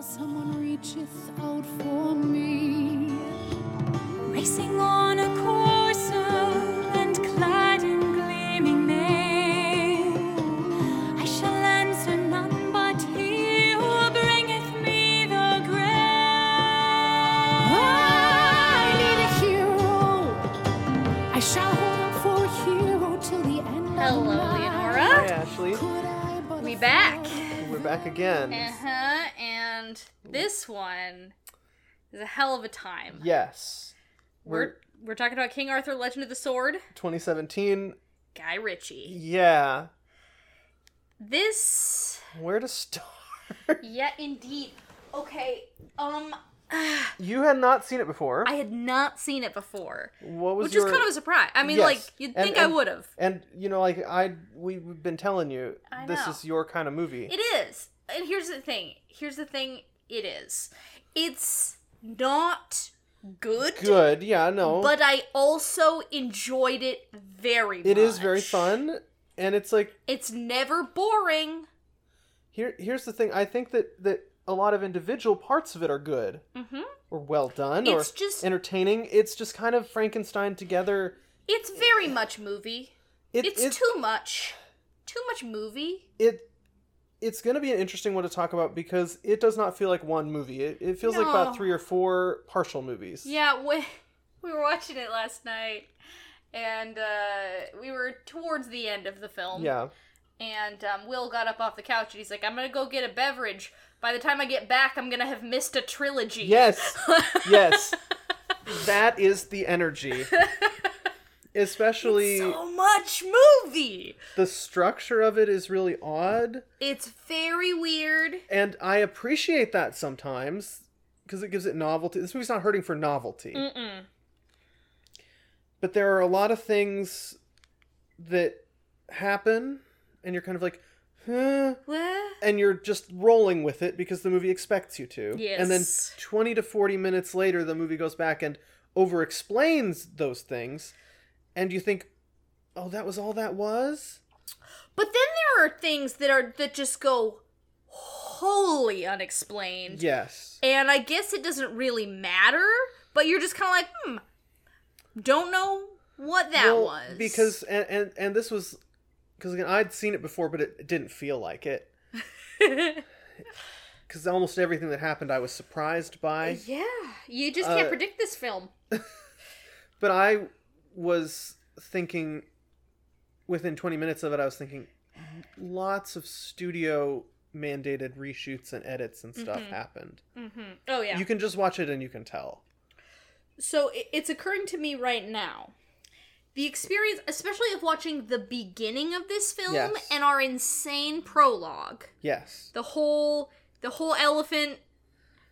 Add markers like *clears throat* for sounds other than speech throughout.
Someone reacheth out for me. Racing on a courser and clad in gleaming mail, I shall answer none but he who bringeth me the I grail. need a hero. I shall hold out for a hero till the end of Hello, my Leonora. Hi, Ashley. Could I but We back. afford- We're back again. Uh huh. And this one is a hell of a time. Yes. We're we're talking about King Arthur, Legend of the Sword, 2017. Guy Ritchie. Yeah. This, Where to start? *laughs* yeah, indeed. Okay. Um, You had not seen it before. I had not seen it before, what was which your... is kind of a surprise. I mean, Yes. like you'd And- think I and- would have. And you know, like I, we- we've been telling you, I this know. is your kind of movie. It is. And here's the thing. Here's the thing. It is. It's not good, Good, yeah, no, but I also enjoyed it very. it is very much. fun, and it's like It's never boring. here. Here's the thing. I think that that a lot of individual parts of it are good hmm or well done It's or just- entertaining. It's just kind of Frankenstein together. It's very much movie. It, it's it- too much. Too much movie. it it's going to be an interesting one to talk about because it does not feel like one movie. It, it feels like No. about three or four partial movies. Yeah, we *laughs* we were watching it last night, and uh, we were towards the end of the film. Yeah. And um, Will got up off the couch and he's like, "I'm gonna go get a beverage. By the time I get back, I'm gonna have missed a trilogy." *laughs* Yes. yes. That is *laughs* the energy. Especially So much movie. the structure of it is really odd, It's very weird. and I appreciate that sometimes because it gives it novelty. This movie's not hurting for novelty. Mm-mm. but there are a lot of things that happen and you're kind of like huh What? and you're just rolling with it because the movie expects you to and then Yes. 20 to 40 minutes later the movie goes back and over explains those things and you think oh that was all that was But then there are things that are that just go wholly unexplained. yes And I guess it doesn't really matter, but you're just kind of like, hmm, don't know what that Well, was. *laughs* because and and, and this was because again i'd seen it before but it didn't feel like it because almost everything that happened i was surprised by yeah, you just can't Uh, predict this film. But I was thinking within 20 minutes of it, I was thinking lots of studio mandated reshoots and edits and stuff happened. Oh Mm-hmm. yeah. You can just watch it and you can tell. so i- it's occurring to me right now. The experience, especially of watching the beginning of this film Yes. and our insane prologue, Yes. the whole the whole elephant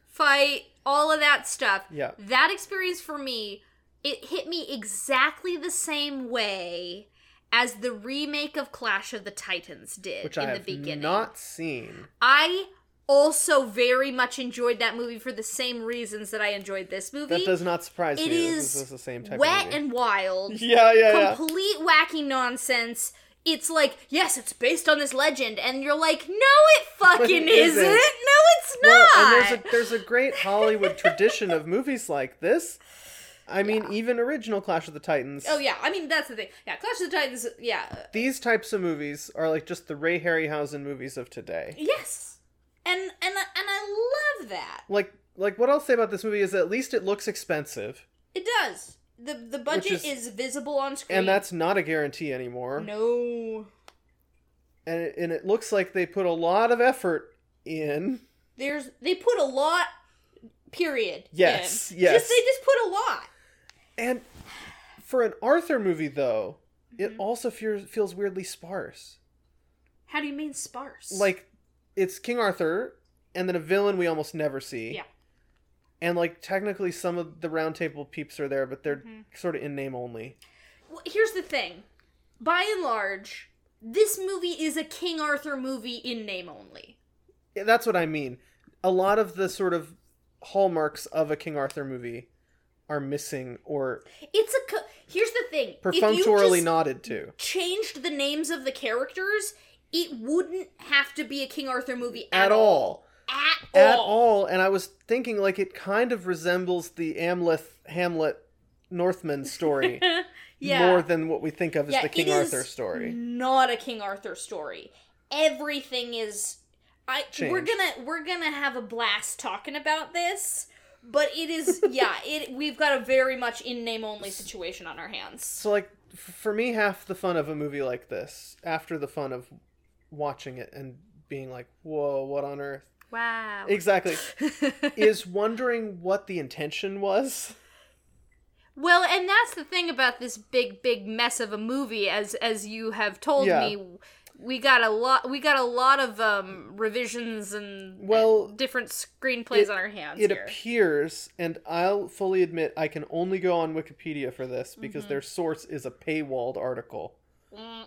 fight all of that stuff Yeah. that experience for me it hit me exactly the same way as the remake of clash of the titans did Which in I the have beginning not seen. i also very much enjoyed that movie for the same reasons that i enjoyed this movie That does not surprise it me. is This is the same type wet of movie. and wild *laughs* yeah, yeah, yeah. complete wacky nonsense. It's like, yes, it's based on this legend, and you're like, no, *laughs* it fucking It isn't. isn't. No, it's Well, not. and there's a *laughs* there's a great Hollywood tradition of movies like this. I mean, even original Clash of the Titans. oh yeah, I mean that's the thing. Yeah, Clash of the Titans. Yeah, uh, These types of movies are like just the Ray Harryhausen movies of today. yes, and and I- and I love that. like like what I'll say about this movie is at least it looks expensive, It does. the The budget is- is, visible on screen. and that's not a guarantee anymore. no. And it, and it looks like they put a lot of effort in. There's they put a lot. Period. Yes, in. yes. Just they just put a lot. And for an Arthur movie though, Mm-hmm. it also feels feels weirdly sparse. How do you mean sparse? Like it's King Arthur and then a villain we almost never see. Yeah. And like technically some of the round table peeps are there, but they're Mm-hmm. sort of in name only. Well, here's the thing. By and large, this movie is a King Arthur movie in name only. Yeah, that's what I mean. A lot of the sort of hallmarks of a King Arthur movie are missing or It's a co- Here's the thing. if you perfunctorily just nodded to. changed the names of the characters, it wouldn't have to be a King Arthur movie At all. At at all. And I was thinking, like, it kind of resembles the Amleth Hamlet Northman story *laughs* Yeah. more than what we think of as Yeah, the King it is Arthur story. Not a King Arthur story. Everything is I we're Changed. gonna we're gonna have a blast talking about this, but it is *laughs* yeah, it we've got a very much in name only situation on our hands. So, like, f- for me, half the fun of a movie like this, after the fun of watching it and being like, whoa, what on earth? Wow. *laughs* *laughs* Exactly. is wondering what the intention was. Well, and that's the thing about this big, big mess of a movie, as as you have told Yeah. me. We got a lot. We got a lot of um, revisions and Well, *laughs* and different screenplays it- on our hands it here. appears, and I'll fully admit I can only go on Wikipedia for this because their source is a paywalled article. Mm.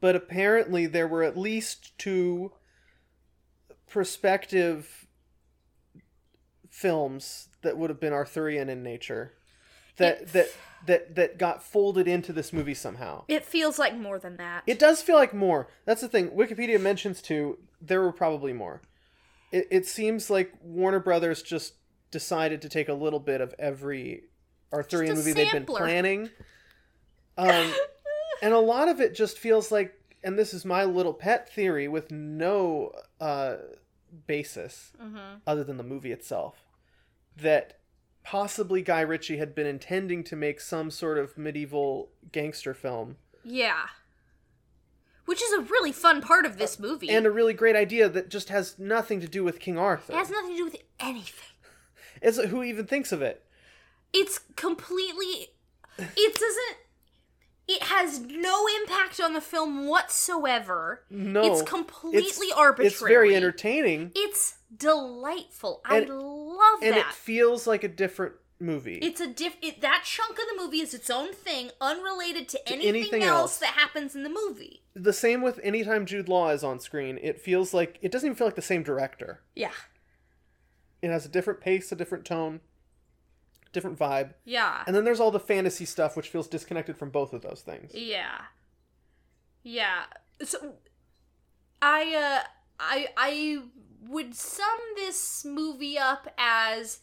But apparently, there were at least two prospective films that would have been Arthurian in nature that that that that got folded into this movie somehow. it feels like more than that. It does feel like more. That's the thing. Wikipedia mentions two. There were probably more. It, it seems like Warner Brothers just decided to take a little bit of every Arthurian Just a movie they've been sampler. planning. Um, and a lot of it just feels like, and this is my little pet theory with no uh, basis Mhm. other than the movie itself, that possibly Guy Ritchie had been intending to make some sort of medieval gangster film. Yeah, which is a really fun part of this movie. and a really great idea that just has nothing to do with King Arthur. it has nothing to do with anything. It's who even thinks of it? It's completely. It doesn't. It has no impact on the film whatsoever. No, It's completely arbitrary. It's very entertaining, It's delightful. And- I love and it that. feels like a different movie. It's a diff it, that chunk of the movie is its own thing, unrelated to anything, anything else. else that happens in the movie. the same with anytime Jude Law is on screen. It feels like it doesn't even feel like the same director. Yeah. It has a different pace, a different tone, different vibe. yeah. And then there's all the fantasy stuff, which feels disconnected from both of those things. Yeah. Yeah. So I uh I I would sum this movie up as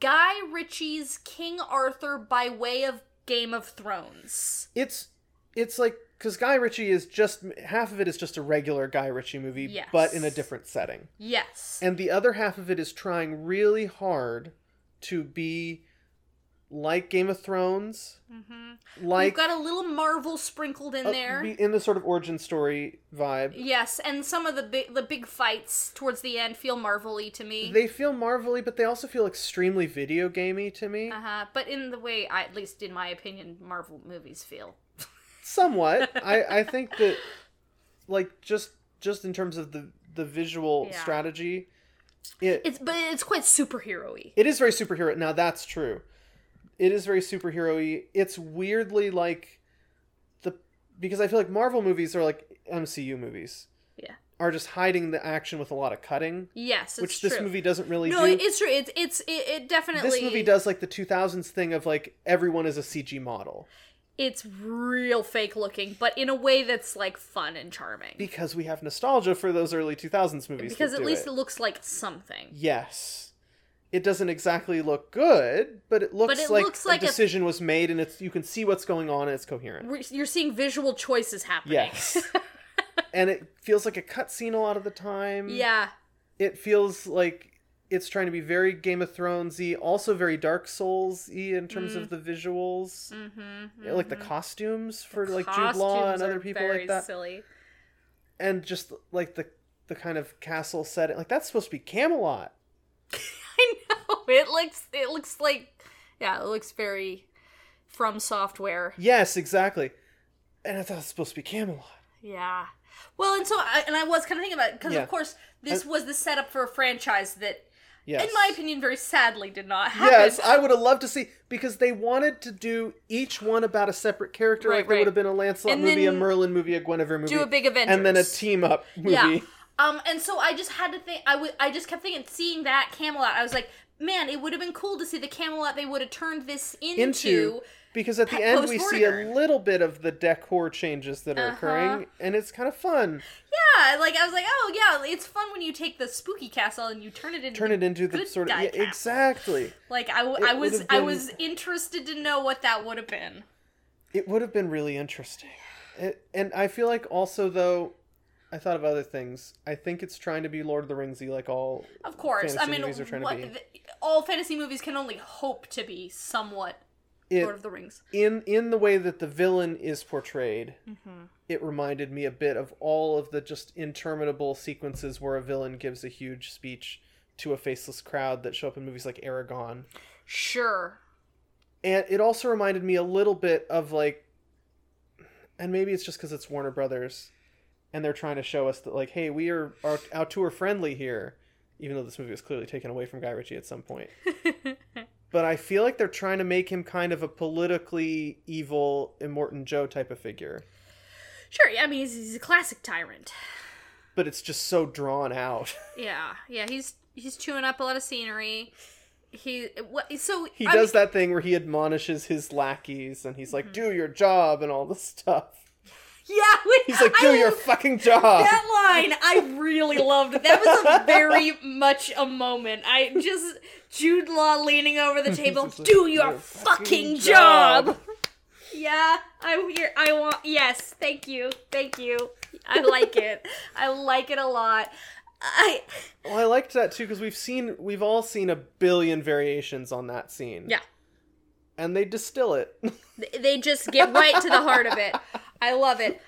Guy Ritchie's King Arthur by way of Game of Thrones. it's it's like because Guy Ritchie is just half of it is just a regular Guy Ritchie movie, Yes. but in a different setting, Yes. and the other half of it is trying really hard to be like Game of Thrones, You've like Mm-hmm. got a little Marvel sprinkled in uh, there. be in the sort of origin story vibe. yes, and some of the big the big fights towards the end feel marvelly to me. They feel marvelly, but they also feel extremely video gamey to me, uh-huh. But in the way, I, at least in my opinion, Marvel movies feel. *laughs* somewhat. I I think that like just just in terms of the the visual Yeah. strategy, it It's but it's quite superhero-y. It is very superhero. Now that's true. It is very superhero-y. It's weirdly like the because I feel like Marvel movies are like MCU movies. Yeah. Are just hiding the action with a lot of cutting, Yes, it's which true. this movie doesn't really No, do. it's true. It's it's it, it definitely. this movie does like the 2000s thing of like everyone is a CG model It's real fake looking, but in a way that's like fun and charming. because we have nostalgia for those early 2000s movies. because that at do least it. it looks like something. yes. It doesn't exactly look good, but it looks it like looks a like a- decision was made, and it's you can see what's going on, and it's coherent. We're, you're seeing visual choices happening. *laughs* Yes. and it feels like a cutscene a lot of the time. yeah. It feels like it's trying to be very Game of Thronesy, also very Dark Souls y in terms of the visuals, Mm. Mm-hmm. Yeah, like the costumes for like Jude Law and other people like that, Silly. *laughs* and just like the the kind of castle setting. Like that's supposed to be Camelot. I know. It looks. It looks like. Yeah. It looks very from software. Yes, exactly. And I thought it was supposed to be Camelot. Yeah. Well, and so I, and I was kind of thinking about because Yeah. of course this And- was the setup for a franchise that, Yes. in my opinion, very sadly did not happen. Yes, I would have loved to see because they wanted to do each one about a separate character, Right, like there right. would have been a Lancelot And movie, a then Merlin movie, a Guinevere movie, do a big and then a Avengers. team up movie. Yeah. Um, and so I just had to think. I w- I just kept thinking, seeing that Camelot, I was like, man, it would have been cool to see the Camelot they would have turned this into. into because at the end we see a post-Vortigern. little bit of the decor changes that Uh-huh. are occurring and it's kind of fun Yeah, like I was like, oh yeah, it's fun when you take the spooky castle and you turn it into turn the it into the good sort of guy yeah, castle. exactly Like I, w- It I was would've I been- was interested to know what that would have been. it would have been really interesting it, and i feel like also though i thought of other things i think it's trying to be lord of the ringsy like all Of course, Fantasy I mean, movies are trying to what, be. the- all fantasy movies can only hope to be somewhat it, Lord of the Rings. in in the way that the villain is portrayed it reminded me a bit of all of the just interminable sequences where a villain gives a huge speech to a faceless crowd that show up in movies like aragon Sure. and it also reminded me a little bit of like and maybe it's just because it's warner brothers and they're trying to show us that like hey we are, are out tour friendly here even though this movie was clearly taken away from guy ritchie at *laughs* some point but i feel like they're trying to make him kind of a politically evil immortan joe type of figure Sure. Yeah, I mean, he's, he's a classic tyrant. but it's just so drawn out *laughs* Yeah. Yeah. He's he's chewing up a lot of scenery. He what? So he I Mm-hmm. does that thing where he admonishes his lackeys and he's like do your job and all this stuff mean- Yeah. wait, *laughs* he's like I do your love fucking job That line I really loved. That was a very much a moment. I just Jude Law leaning over *laughs* the table. It's like, Do your "Your fucking fucking job. job." Yeah, I hear. I want. Yes, thank you, thank you. I like it. I like it a lot. I Well, I liked that too because we've seen we've all seen a billion variations on that scene. Yeah. And they distill it. *laughs* they just get right to the heart of it. I love it.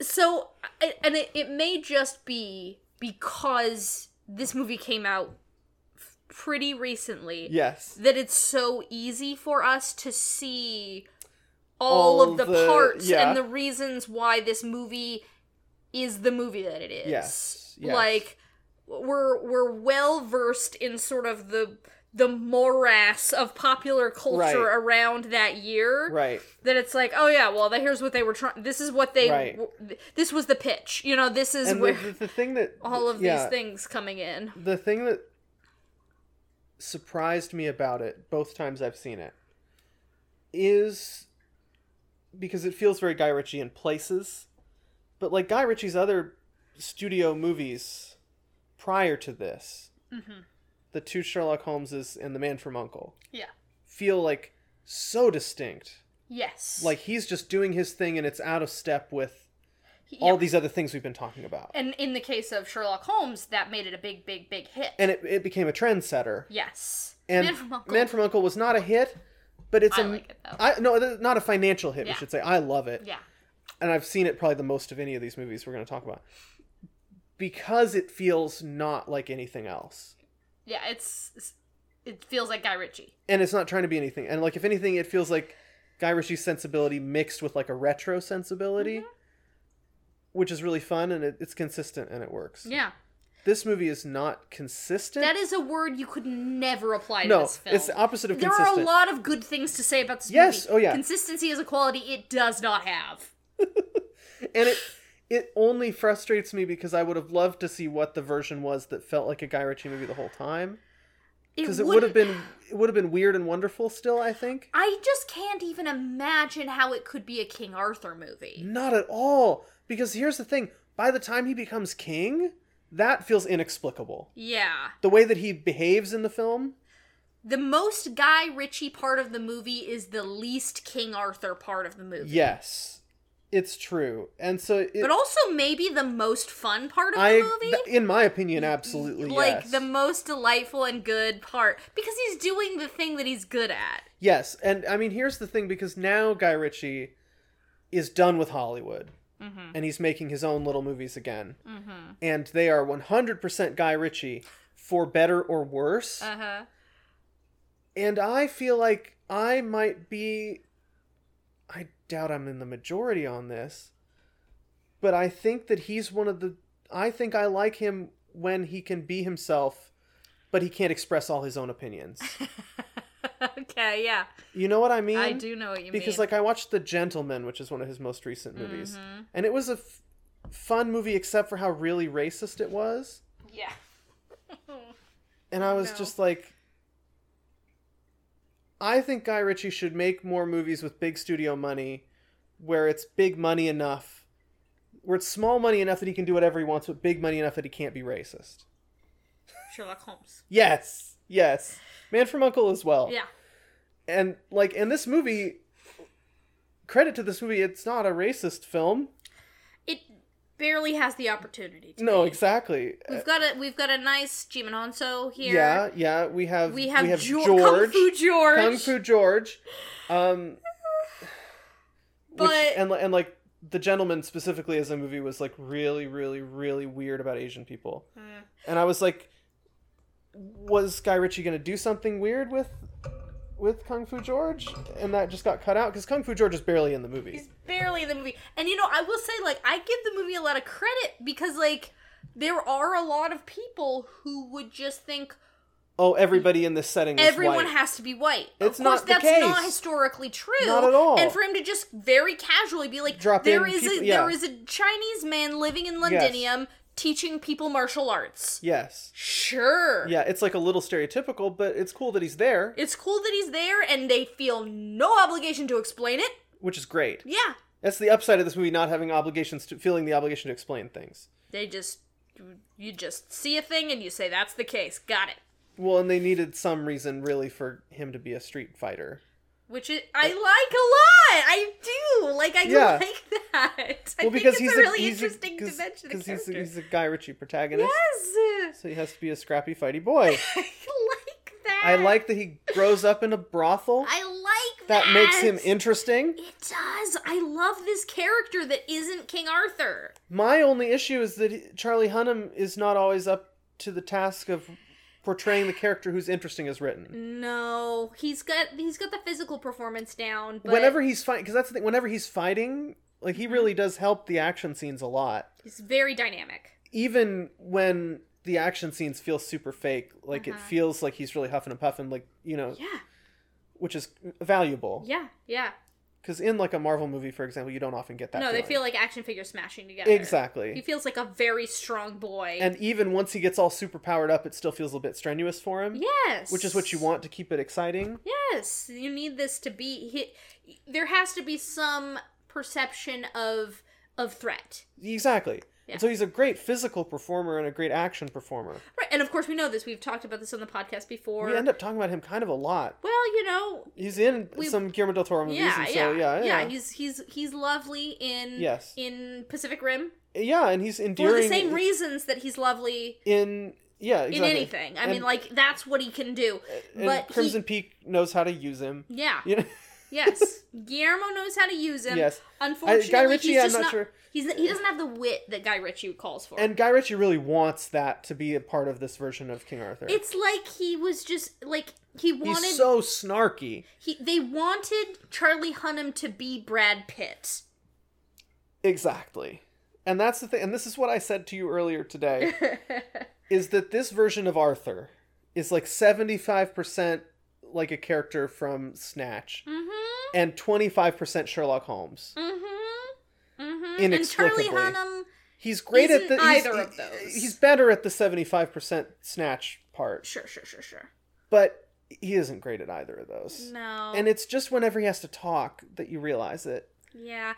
So, I- and it, it may just be because this movie came out pretty recently. yes. that it's so easy for us to see all, All of the, the- parts yeah. and the reasons why this movie is the movie that it is. Yes, yes. Like we're we're well versed in sort of the the morass of popular culture Right. around that year Right. that it's like oh yeah well that here's what they were trying this is what they Right. w- this was the pitch you know this is And the, where the, the thing that all of yeah, these things coming in The thing that surprised me about it both times I've seen it is because it feels very Guy Ritchie in places, but like Guy Ritchie's other studio movies prior to this, Mm-hmm. the two Sherlock Holmeses and The Man from Uncle, Yeah. feel like so distinct. yes Like he's just doing his thing and it's out of step with Yeah. all these other things we've been talking about. And, And in the case of Sherlock Holmes, that made it a big, big, big hit. it, it became a trendsetter. yes. And Man from Uncle. Man from Uncle was not a hit, but it's I a like it, though. I- no, th- not a financial hit. Yeah. We should say I love it, yeah. and I've seen it probably the most of any of these movies we're going to talk about because it feels not like anything else, Yeah, it's, it's- it feels like Guy Ritchie. and it's not trying to be anything. And like if anything, it feels like Guy Ritchie's sensibility mixed with like a retro sensibility, Mm-hmm. which is really fun and it, it's consistent and it works. Yeah. This movie is not consistent. That is a word you could never apply to no, this film. it's the opposite of there consistent. are a lot of good things to say about this Yes, movie. oh yeah. Consistency is a quality it does not have. and it it only frustrates me because I would have loved to see what the version was that felt like a Guy Ritchie movie the whole time. Because it would have wouldn't- been it would have been weird and wonderful still. I think I just can't even imagine how it could be a King Arthur movie. not at all. Because here's the thing: by the time he becomes king, that feels inexplicable. Yeah. The way that he behaves in the film, The most Guy Ritchie part of the movie is the least King Arthur part of the movie. yes, it's true. And so, it, but also maybe the most fun part of I, the movie. th- in my opinion, absolutely like yes. the most delightful and good part because he's doing the thing that he's good at. Yes, and I mean here's the thing because now Guy Ritchie is done with Hollywood, Mm-hmm. and he's making his own little movies again, and they are 100% Guy Ritchie, for better or worse. huh. And I feel like I might be. I doubt I'm in the majority on this, but I think that he's one of the. I think I like him when he can be himself, but he can't express all his own *laughs* opinions. *laughs* okay, yeah, you know what I mean? I do know what you because mean. Mm-hmm. Mm-hmm. like I watched The Gentleman, which is one of his most recent movies, and it was a f- fun movie except for how really racist it was. Yeah. And I was No. just like, I think Guy Ritchie should make more movies with big studio money where it's big money enough, where it's small money enough that he can do whatever he wants, but big money enough that he can't be racist. *laughs* Sherlock Holmes. Yes, yes. Man from Uncle as well. Yeah. And like, and this movie, credit to this movie, it's not a racist film. It barely has the opportunity. To No, be. exactly. We've got a we've got a nice Jimon Honso here. Yeah, yeah. We have We have, Jo- Kung George, Fu George. Kung Fu George. Um, But- which, and li- and like the gentleman specifically as a movie was like really really really weird about Asian people, Uh. and I was like, was Guy Ritchie gonna do something weird with? With Kung Fu George, and that just got cut out because Kung Fu George is barely in the movie. He's barely in the movie. And you know, I will say, like, I give the movie a lot of credit because, like, there are a lot of people who would just think oh, everybody in this setting is everyone white. has to be white. It's of course, not the that's not case. historically true. Not at all. And for him to just very casually be like, Drop there in is people- a yeah. there is a Chinese man living in Londinium teaching people martial arts. yes, Sure. yeah, it's like a little stereotypical, but it's cool that he's there, It's cool that he's there and they feel no obligation to explain it. which is great. Yeah. That's the upside of this movie not having obligations to feeling the obligation to explain things. They just you just see a thing and you say that's the case. Got it. Well, and they needed some reason really for him to be a street fighter. Which is, I like a lot. I do. Like I Yeah. like that. I well, think because it's he's a really he's interesting 'cause- dimension of 'cause he's character. a, he's a Guy Ritchie protagonist, *laughs* yes. so he has to be a scrappy fighty boy. I like that. I like that he grows up in a brothel. I like that. that makes him interesting. It does. I love this character that isn't King Arthur. My only issue is that he- Charlie Hunnam is not always up to the task of portraying the character who's interesting as Mm, written. No, he's got he's got the physical performance down. But Mm-hmm. whenever he's fighting, because that's the thing. Whenever he's fighting, like he really does help the action scenes a lot. he's very dynamic. even when the action scenes feel super fake, like it feels like he's really huffing and puffing, like you know, Uh-huh. Yeah. which is valuable. Yeah. Yeah. Because in like a Marvel movie, for example, you don't often get that. no, they feeling. feel like action figures smashing together. exactly. He feels like a very strong boy. and even once he gets all super powered up, it still feels a bit strenuous for him. yes. Which is what you want to keep it exciting. Yes, you need this to be he, there has to be some perception of of threat. Exactly. Yeah. And so he's a great physical performer and a great action performer. Right. And of course we know this. We've talked about this on the podcast before. we end up talking about him kind of a lot. well, you know, He's in We- some Guillermo del Toro movies, yeah, yeah, and so yeah, yeah, yeah, he's he's he's lovely in Yes. in Pacific Rim and he's for endearing the same reasons that he's lovely in yeah exactly. in anything. I mean, And- like that's what he can do. and but he- Crimson Peak knows how to use him. Yeah. You know, *laughs* Yes. Guillermo knows how to use him. Yes. I- Unfortunately, Guy Ritchie, he's I'm just not not. sure. He's he doesn't have the wit that Guy Ritchie calls for. and Guy Ritchie really wants that to be a part of this version of King Arthur. It's like he was just like he He's wanted so snarky. he they wanted Charlie Hunnam to be Brad Pitt. *laughs* Exactly. And that's the thing. And this is what I said to you *laughs* earlier today Mm-hmm. is that this version of Arthur is like 75% like a character from Snatch Mm-hmm. and 25% Sherlock Mm. Holmes. Mm-hmm. Mm-hmm. And Inexplicably. Charlie Hunnam He's great at Isn't the he's- either he- of those. He's better at the 75% Snatch part, Sure, sure, sure, sure. but he isn't great at either of those. No. And it's just whenever he has to talk that you realize it. yeah. And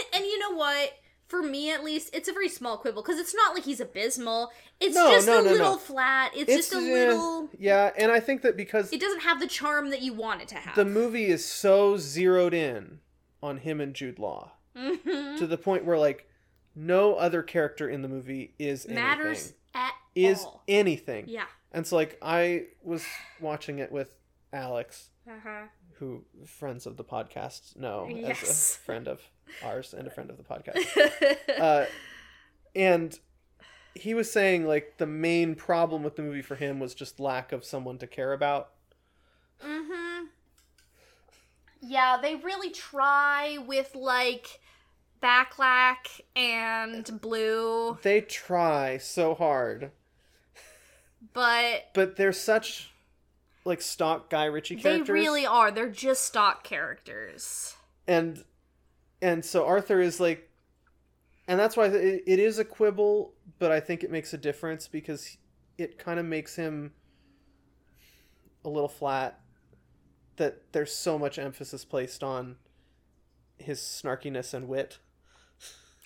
it and you know what? For me at least, it's a very small quibble because it's not like he's abysmal. It's No, just no, a no, no. little flat. It's, just a uh, little Yeah, and I think that because it doesn't have the charm that you want it to have. the movie is so zeroed in on him and Jude Law Mhm. to the point where like no other character in the movie is matters anything, at is all. anything. Yeah. And so like I was watching it with Alex, Uh-huh. who friends of the podcast know as Yes. a friend of ours and a friend of *laughs* the podcast. *laughs* uh, and he was saying like the main problem with the movie for him was just lack of someone to care about. Mm-hmm. Yeah, they really try with like backlack and blue, They try so hard, but but they're such like stock Guy Ritchie they characters. really are. They're just stock characters. and and so Arthur is like and that's why it, it is a quibble, but I think it makes a difference because it kind of makes him a little flat. That there's so much emphasis placed on his snarkiness and wit,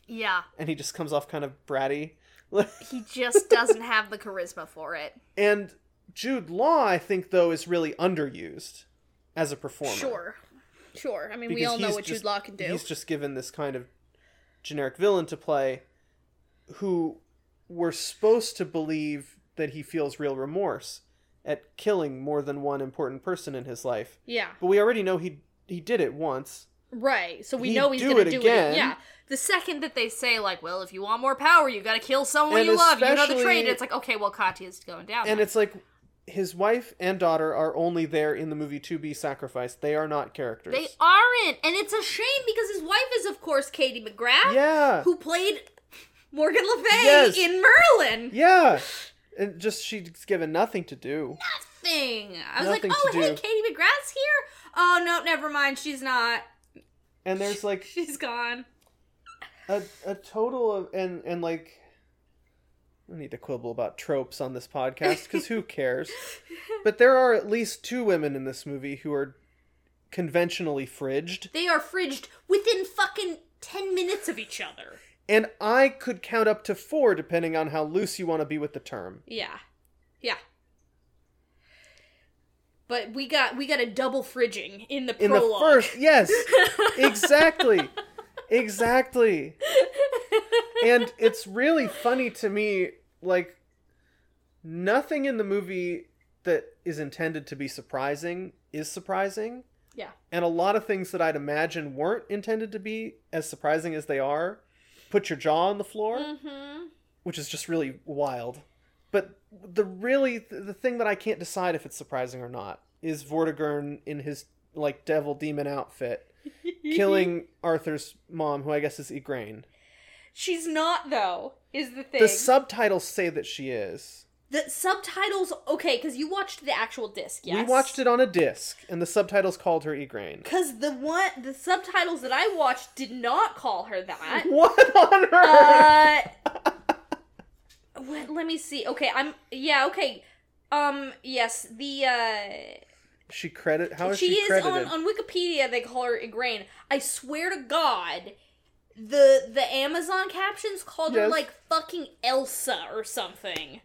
Yeah. and he just comes off kind of bratty. *laughs* He just doesn't have the charisma for *laughs* it. and Jude Law, I think though, is really underused as a performer. Sure. Sure. I mean, we Because all know he's what just- Jude Law can do. He's just given this kind of generic villain to play who we're supposed to believe that he feels real remorse at killing more than one important person in his life. Yeah. But we already know he he did it once. Right. So we He'd know he's do going it to do again. it. Yeah. The second that they say like, well, if you want more power, you got to kill someone And you love. You know the especially- trade. It's like, okay, well, Katya's going down. And now. it's like his wife and daughter are only there in the movie to be sacrificed. They are not characters. they aren't, and it's a shame because his wife is, of course, Katie McGrath, yeah. who played Morgan Le Fay Yes. in Merlin. Yeah. And just she's given nothing to do. Thing. I was Nothing like, oh, to hey, do. Katie McGrath's here. Oh no, never mind. She's not. *laughs* And there's like She's gone. a, a total of and and like I need to quibble about tropes on this podcast because who cares? But there are at least two women in this movie who are conventionally fridged, They are fridged within fucking ten minutes of each other. and I could count up to four depending on how loose you want to be with the term. Yeah. Yeah. But we got we got a double fridging in the In prologue. the *laughs* first, yes, exactly, exactly, and it's really funny to me. Like nothing in the movie that is intended to be surprising is surprising. Yeah. and a lot of things that I'd imagine weren't intended to be as surprising as they are. Put your jaw on the floor, Mm. Mm-hmm. which is just really wild. But the really the thing that I can't decide if it's surprising or not is Vortigern in his like devil *laughs* demon outfit killing Arthur's mom, who I guess is Igraine. She's not though. Is the thing. The subtitles say that she is. The subtitles okay cuz you watched the actual disc, yes. We watched it on a disc, and the subtitles called her Igraine. Cuz the one the subtitles that I watched did not call her *laughs* that. *laughs* What on her? Uh, what, let me see. Okay, I'm yeah, okay. Um yes, the uh she credit. How is she, she, is credited? on, on Wikipedia. They call her Igraine. I swear to God, the the Amazon captions called her Yes. like fucking Elsa or something.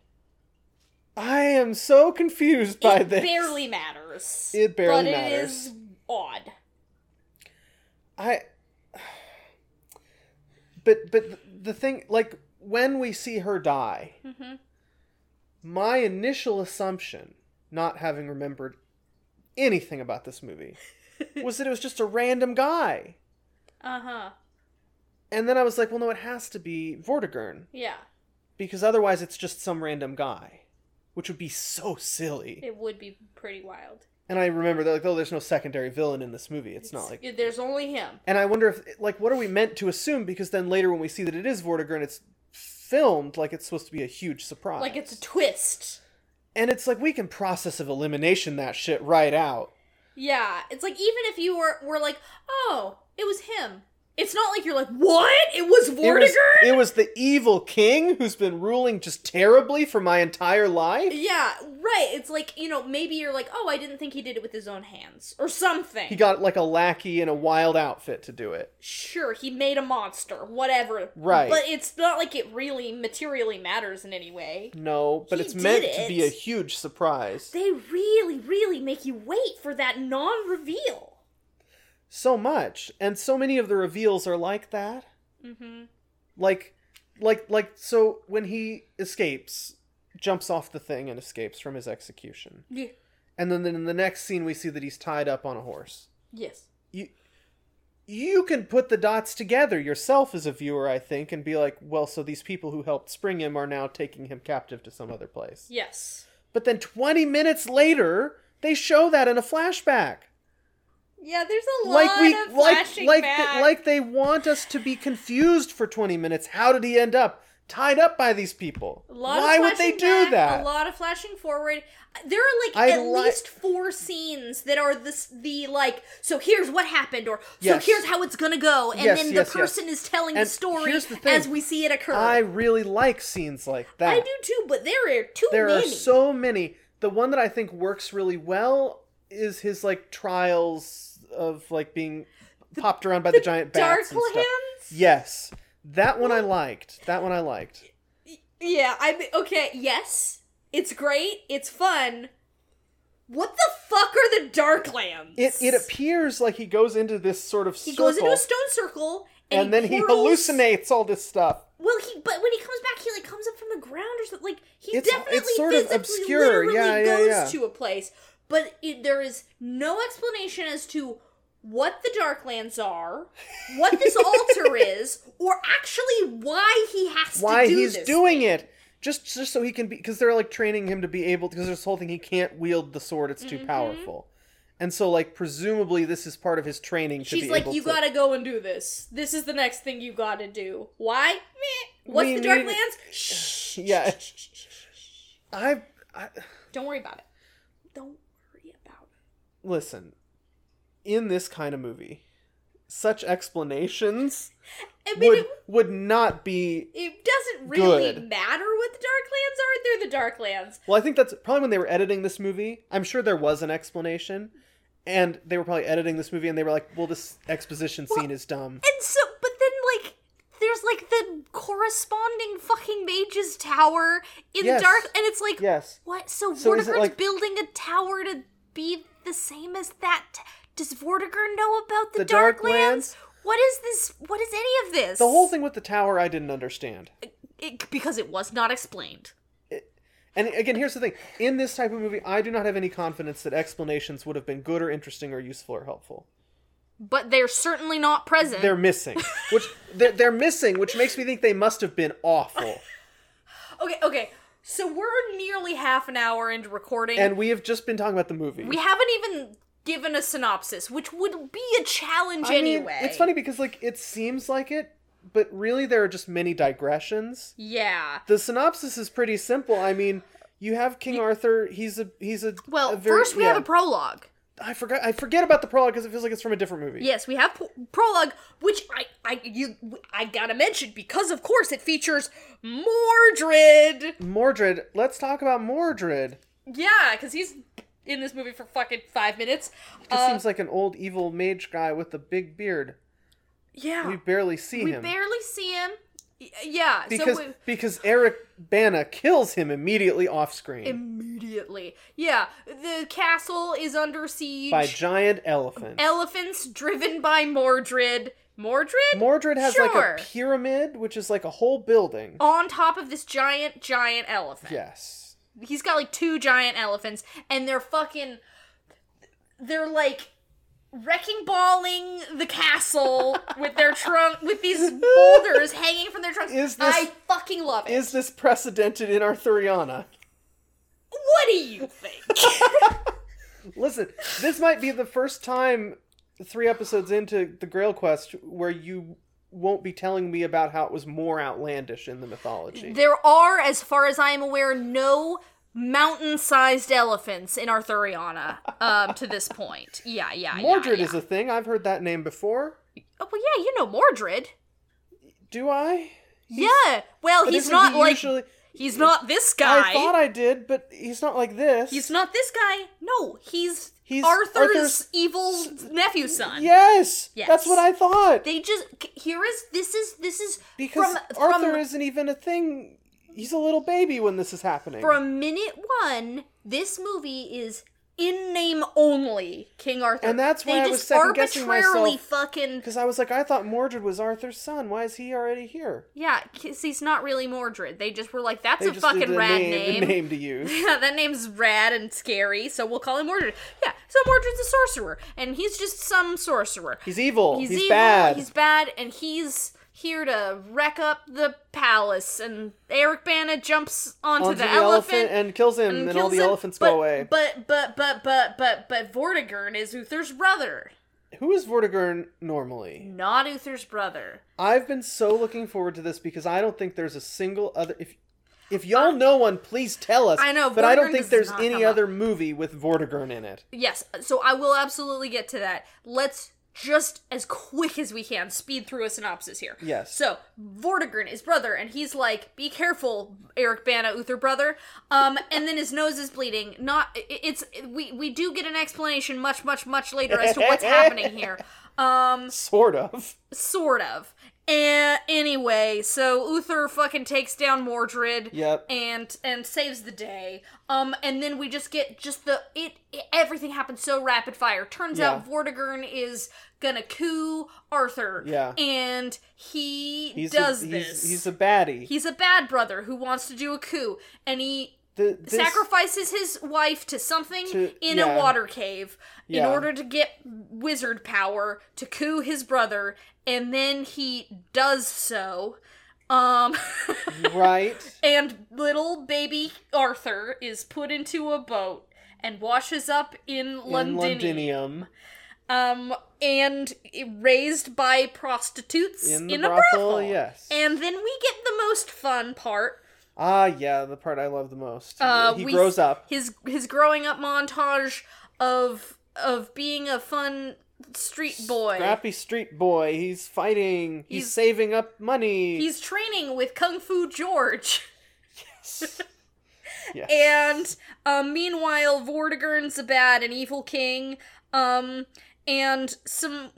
I am so confused *laughs* by it this. barely matters. It barely but matters. It is odd. I. But but the thing, like when we see her die, Mm-hmm. my initial assumption, not having remembered anything about this movie, was that it was just a random guy. Uh huh. And then I was like, well, no, it has to be Vortigern Yeah, because otherwise it's just some random guy, which would be so silly. it would be pretty wild. And I remember that, like, oh, there's no secondary villain in this movie. It's not like Yeah, There's only him. And I wonder if, like, what are we meant to assume? Because then later when we see that it is Vortigern, it's filmed like it's supposed to be a huge surprise. Like it's a twist. and it's like we can process of elimination that shit right out. Yeah, it's like even if you were were like, oh, it was him. It's not like you're like, what? It was It Vortigern. was, it was the evil king who's been ruling just terribly for my entire life. Yeah, right. It's like, you know, maybe you're like, oh, I didn't think he did it with his own hands or something. He got like a lackey in a wild outfit to do it. sure, he made a monster, whatever. Right. But it's not like it really materially matters in any way. No, but He it's meant did to it. be a huge surprise. They really, really make you wait for that non reveal. so much and so many of the reveals are like that mm-hmm. like like like so when he escapes jumps off the thing and escapes from his execution Yeah. and then, then in the next scene we see that he's tied up on a horse Yes. you you can put the dots together yourself as a viewer i think and be like well so these people who helped spring him are now taking him captive to some other place Yes. but then 20 minutes later they show that in a flashback Yeah, there's a lot like we of like flashing like back. th- like they want us to be confused for 20 minutes how did he end up tied up by these people. A lot of Why would they flashing do back, that? A lot of flashing forward. There are like I at li- least four scenes that are this the like. So here's what happened, or so Yes. here's how it's gonna go, and Yes, then yes, yes. the person is telling And the story here's the thing. as we see it occur. I really like scenes like that. I do too, but there are too There many. are so many. The one that I think works really well is his like trials of like being popped around by the, giant bats. and stuff. Darklands? Yes, that one I liked. That one I liked. Yeah, I mean, okay, yes, it's great, it's fun. What the fuck are the Darklands? It it appears like he goes into this sort of he circle, goes into a stone circle, and, and then he whirls- hallucinates all this stuff. Well, he but when he comes back, he like comes up from the ground or something. Like he It's- definitely it's sort of physically obscure, literally yeah, yeah, goes yeah. to a place, but it, there is no explanation as to what the Darklands are, what *laughs* this altar is, or actually why he has Why to do he's this. doing it? Just just so he can be because they're like training him to be able because this whole thing he can't wield the sword; it's Mm-hmm. too powerful. And so, like, presumably, this is part of his training. To She's be like, able you to... *laughs* gotta go and do this. This is the next thing you gotta do. Why? Meh. What's We the Darklands? need- Shh. Yeah. shh, shh, shh, shh, shh. I, I Don't worry about it. Don't worry about it. listen. In this kind of movie, such explanations *laughs* I mean, would it, would not be. it doesn't really Good. matter what the Darklands are. They're the Darklands. Well, I think that's probably when they were editing this movie. I'm sure there was an explanation, and they were probably editing this movie, and they were like, "Well, this exposition scene is dumb." And so, but then like, there's like the corresponding fucking mage's tower in Yes. the dark, and it's like, Yes. what? So, So is it Vortigern's like- building a tower to be the same as that. t- Does Vortigern know about the, The Darklands? Darklands? What is this? What is any of this? The whole thing with the tower, I didn't understand. It- because it was not explained. And again, here's the thing: in this type of movie, I do not have any confidence that explanations would have been good or interesting or useful or helpful. But they're certainly not present. They're missing, which they're, they're missing, which makes me think they must have been awful. Okay, okay. So we're nearly half an hour into recording. And we have just been talking about the movie. we haven't even given a synopsis, which would be a challenge I mean, anyway. it's funny because like it seems like it, but really there are just many digressions. Yeah. The synopsis is pretty simple. I mean, you have King Arthur. He's a he's a Well, a very- first we have yeah. a prologue. I forgot I forget about the prologue because it feels like it's from a different movie. Yes, we have po- prologue, which I, I, you, I gotta mention because of course it features Mordred. Mordred. Let's talk about Mordred. Yeah, because he's in this movie for fucking five minutes. Uh, Just seems like an old evil mage guy with a big beard. Yeah, We barely see we him barely see him. Y- Yeah, because so we, because Eric Bana kills him immediately off screen immediately, yeah, the castle is under siege. by giant elephants. Elephants driven by Mordred. Mordred Mordred has Sure. Oh. like a pyramid, which is like a whole building. on top of this giant, giant elephant. Yes. he's got like two giant elephants and they're fucking they're like wrecking balling the *laughs* castle with their trunk with these boulders hanging from their trunks Is this- i fucking love it Is this precedented in Arthuriana? what do you think *laughs* Listen, this might be the first time three episodes into the Grail Quest where you won't be telling me about how it was more outlandish in the mythology. there are as far as i am aware no mountain-sized elephants in arthuriana um to this point yeah yeah Mordred yeah, yeah. is a thing. I've heard that name before. oh well yeah you know mordred Do I? yeah well But he's isn't not he like usually- he's not this guy I thought I did, but he's not like this. He's not this guy. No, he's, He's Arthur's, Arthur's- evil nephew's son. Yes, Yes. that's what I thought. They just c- here is this is this is because from Arthur from isn't even a thing. He's a little baby when this is happening. from minute one. This movie is in name only King Arthur, And that's why they I just was second-guessing arbitrarily myself. fucking Because I was like, I thought Mordred was Arthur's son. Why is he already here? yeah. 'cause he's not really Mordred. They just were like, that's They a just fucking did a rad name, a name to *laughs* use. Yeah, that name's rad and scary, so we'll call him Mordred. Yeah, so Mordred's a sorcerer, and he's just some sorcerer. He's evil. He's, He's, evil, bad. He's bad, and he's here to wreck up the palace. And Eric Bana jumps onto, Onto the, elephant. and kills him, and, and all kills the him, elephants but, go away. But but but but but but Vortigern is Uther's brother. Who is Vortigern normally? Not Uther's brother. I've been so looking forward to this because I don't think there's a single other. If if y'all know one, please tell us. I know, but I don't Vortigern think does there's not any come up. other movie with Vortigern in it. Yes, so I will absolutely get to that. Let's just as quick as we can speed through a synopsis here. Yes. So Vortigern, his brother, and he's like, "Be careful, Eric Bana, Uther brother." Um, and then his nose is bleeding. Not, i- it's we we do get an explanation much much much later as to what's happening here. Um, Sort of. sort of. And anyway, so Uther fucking takes down Mordred Yep. and and saves the day. Um, and then we just get just the it, it- everything happens so rapid fire. Turns Yeah. out Vortigern is gonna coup Arthur. Yeah. and he He's a- does he's- this. He's a baddie. He's a bad brother who wants to do a coup, and he The- this- sacrifices *laughs* his wife to something To- in yeah. a water cave in Yeah. order to get wizard power to coup his brother, and then he does so. Um. *laughs* right. And little baby Arthur is put into a boat and washes up in In Londinium. Londinium. Um, and raised by prostitutes In in, the a brothel, brothel. yes. And then we get the most fun part. Ah, yeah, the part I love the most. Uh, he we- grows up. His his growing up montage of of being a fun street boy. Scrappy street boy. He's fighting. He's, He's- saving up money. He's training with Kung Fu George. *laughs* Yes. And um, meanwhile, Vortigern's a bad and evil king. Um, and some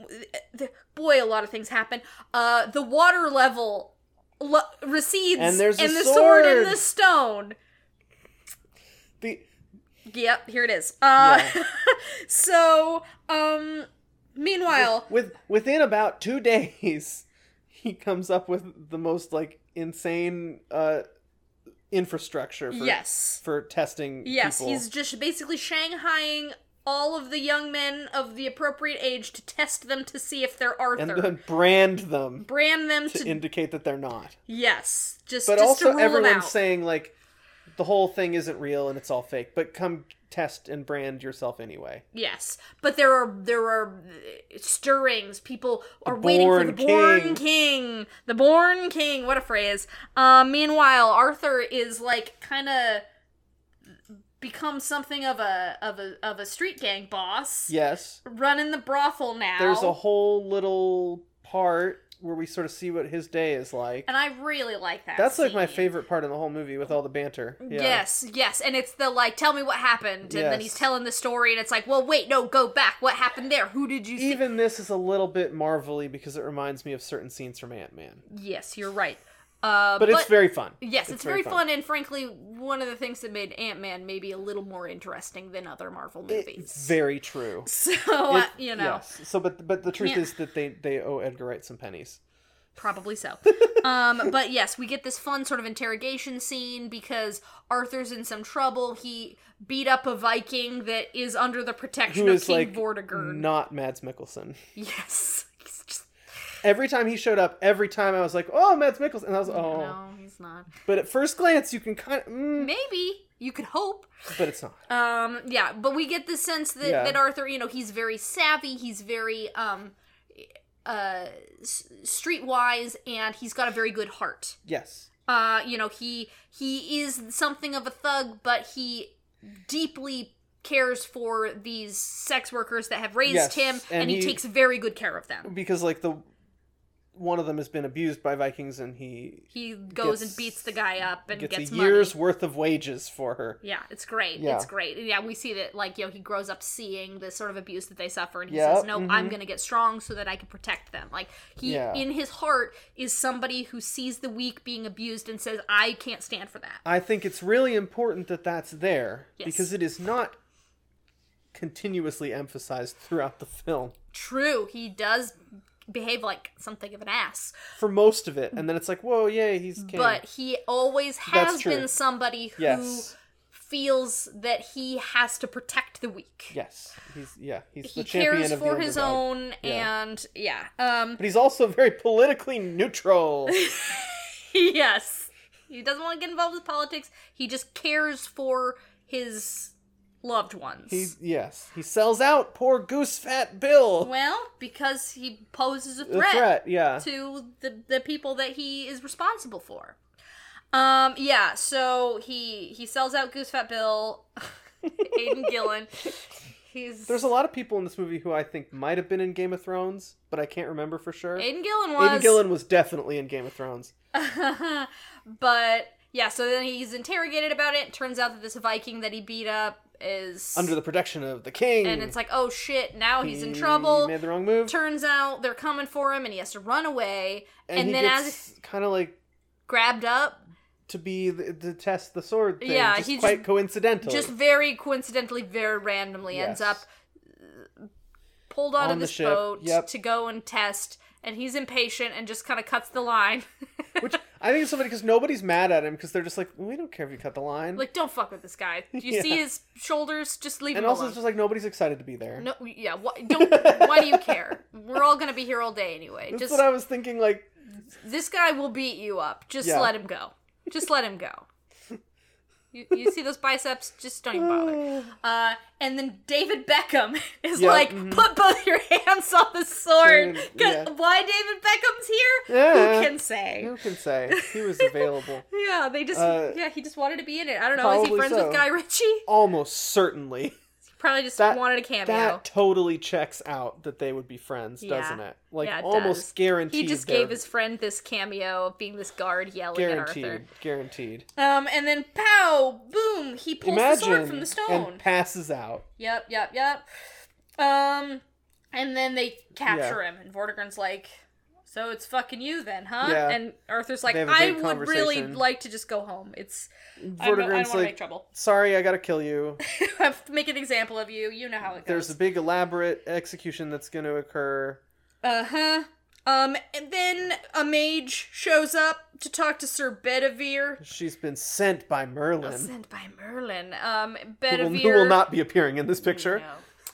th- boy, a lot of things happen. Uh, the water level lo- recedes, And there's a the sword sword. and the stone. The- Yep, here it is. Uh, Yeah. *laughs* so um, meanwhile, with within about two *laughs* days, he comes up with the most like insane uh infrastructure. For, yes, For testing. yes, people. he's just basically shanghaiing all of the young men of the appropriate age to test them to see if they're Arthur. and then brand them brand them to, to indicate that they're not. yes, just But just to also, rule 'em out. everyone's saying like the whole thing isn't real and it's all fake. But come test and brand yourself anyway. yes. But there are there are uh, stirrings. People are waiting for the Born born king. the born king. What a phrase. Um, meanwhile, Arthur is like kind of become something of a of a of a street gang boss. Yes. running the brothel now. There's a whole little part where we sort of see what his day is like. and I really like that. That's like my scene. favorite part of the whole movie with all the banter. Yeah. Yes, yes, and it's the like, tell me what happened, and then he's Yes. telling the story, and it's like, well, wait, no, go back. What happened there? Who did you see? Even this is a little bit marvelly because it reminds me of certain scenes from Ant Man. Yes, you're right. Uh, But, it's very fun. yes, it's, very, fun. and frankly, one of the things that made Ant Man maybe a little more interesting than other Marvel movies. *laughs* It's very true. so uh, It- you know, Yes. So, but but the truth Yeah. is that they they owe Edgar Wright some pennies. probably so. *laughs* um, but yes, we get this fun sort of interrogation scene because Arthur's in some trouble. He beat up a Viking that is under the protection Who of is King like Vortigern. not Mads Mikkelsen. *laughs* yes, he's just Every time he showed up, every time I was like, "Oh, Mads Mikkelsen," and I was, "Oh." no, he's not. But at first glance, you can kind of, mm, Maybe you could hope. but it's not. Um, yeah, but we get the sense that, Yeah. that Arthur, you know, he's very savvy, he's very um uh s- streetwise and he's got a very good heart. Yes. Uh, you know, he he is something of a thug, but he deeply cares for these sex workers that have raised Yes, him and, and he, he- takes very good care of them. because like the one of them has been abused by Vikings and he He goes Gets- and beats the guy up and gets, gets, a money. year's worth of wages for her. Yeah, it's great. Yeah. It's great. And yeah, we see that like, you know, he grows up seeing the sort of abuse that they suffer and he Yep, says, No, I'm mhm. gonna get strong so that I can protect them. Like he Yeah. in his heart is somebody who sees the weak being abused and says, I can't stand for that. I think it's really important that that's there Yes. because it is not continuously emphasized throughout the film True, he does behave like something of an ass. for most of it, and then it's like, whoa, yay, he's king. But he always That's has true. been somebody who yes, feels that he has to protect the weak. yes, he's yeah, he's He the champion cares of the for his underdog. own Yeah. and yeah. Um But he's also very politically *laughs* neutral. yes. He doesn't want to get involved with politics. He just cares for his loved ones. He yes, he sells out poor goose fat Bill. well, because he poses a The threat, threat, yeah. to the the people that he is responsible for. Um, yeah, so he he sells out Goose Fat Bill, *laughs* Aiden Gillen. He's There's a lot of people in this movie who I think might have been in Game of Thrones, but I can't remember for sure. Aiden Gillen Aidan was Gillen was definitely in Game of Thrones. *laughs* but yeah, so then he's interrogated about it. Turns out that this Viking that he beat up is Under the protection of the king. and it's like, oh shit, now he's in He trouble. Made the wrong move. Turns out they're coming for him, and he has to run away. and, And, he then as gets kind of like grabbed up, to be the, to test the sword thing. Yeah, just he quite just- coincidental. just very coincidentally, very randomly, ends Yes. up pulled onto On the this ship, boat yep. to go and test. And he's impatient and just kind of cuts the line. *laughs* Which I think is somebody because nobody's mad at him because they're just like we don't care if you cut the line. like, don't fuck with this *laughs* guy. Do you Yeah. see his shoulders? Just leave and him also alone. it's just like nobody's excited to be there. No, yeah. Why, don't. why do you care? We're all gonna be here all day anyway. *laughs* That's Just what I was thinking. Like *sighs* this guy will beat you up. Just Yeah. let him go. Just let him *laughs* go. You, you see those biceps? Just don't even *sighs* bother. Uh, and then David Beckham *laughs* is Yeah, like, put both your hands on the sword. Sword, 'Cause yeah. Why David Beckham's here? Yeah. Who can say? who can say he was *laughs* available? Yeah, they just Uh, yeah he just wanted to be in it. I don't know. Is he probably friends so. with Guy Ritchie? Almost certainly. Probably just That- wanted a cameo. That totally checks out that they would be friends, Yeah. doesn't it? Like Yeah, it almost does. guaranteed. he just they're gave his friend this cameo of being this guard yelling guaranteed, at Arthur. guaranteed. Um, and then pow, boom, he pulls the Imagine sword from the stone. and passes out. yep, yep, yep. Um, and then they capture him, and Vortigern's like, "So it's fucking you then, huh?" Yeah. And Arthur's like, They have a "I big would really conversation. like to just go home. It's I don't, I don't want Vortigern's to make like, trouble. *laughs* "Sorry, I gotta kill you." I have to make an example of you. You know how it goes." There's a big elaborate execution that's going to occur. Uh huh. Um, and then a mage shows up to talk to Sir Bedivere. She's been sent by Merlin, Sent by Merlin. Um, who will, Bedivere. who will not be appearing in this picture.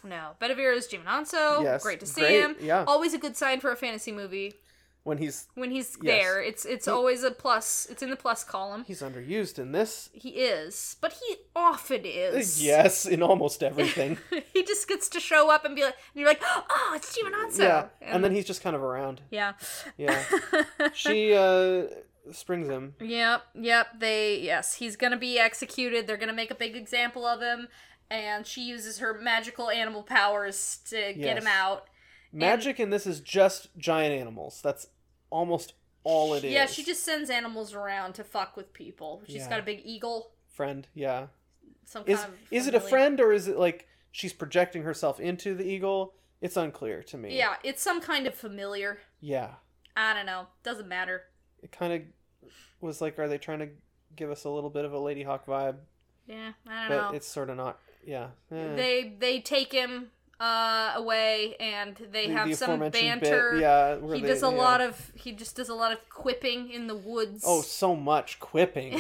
No, no. Bedivere is Giovinazzo. Yes, great to see great, him. yeah. always a good sign for a fantasy movie When he's when he's Yes. there. It's it's always a plus. It's in the plus column. he's underused in this. He is, but he often is. *laughs* Yes, in almost everything. *laughs* he just gets to show up and be like, and you're like, oh, it's Giovinazzo. yeah, and then he's just kind of around. yeah, Yeah, *laughs* she uh, springs him. yep, yep. They yes, he's gonna be executed. They're gonna make a big example of him, and she uses her magical animal powers to get Yes. him out. Magic in this is just giant animals. That's almost all it is. Yeah, she just sends animals around to fuck with people. She's Yeah. got a big eagle. friend. Yeah, Some is kind of is it a familiar- friend or is it like she's projecting herself into the eagle? It's unclear to me. Yeah, it's some kind of familiar. yeah. I don't know. Doesn't matter. it kind of was like, are they trying to give us a little bit of a Lady Hawk vibe? Yeah, I But don't know. it's sort of not. Yeah. Eh. They they take him uh away and they The- have the some aforementioned banter. Bit, yeah. where He they- does a yeah. lot of he just does a lot of quipping in the woods. Oh, so much *laughs* quipping.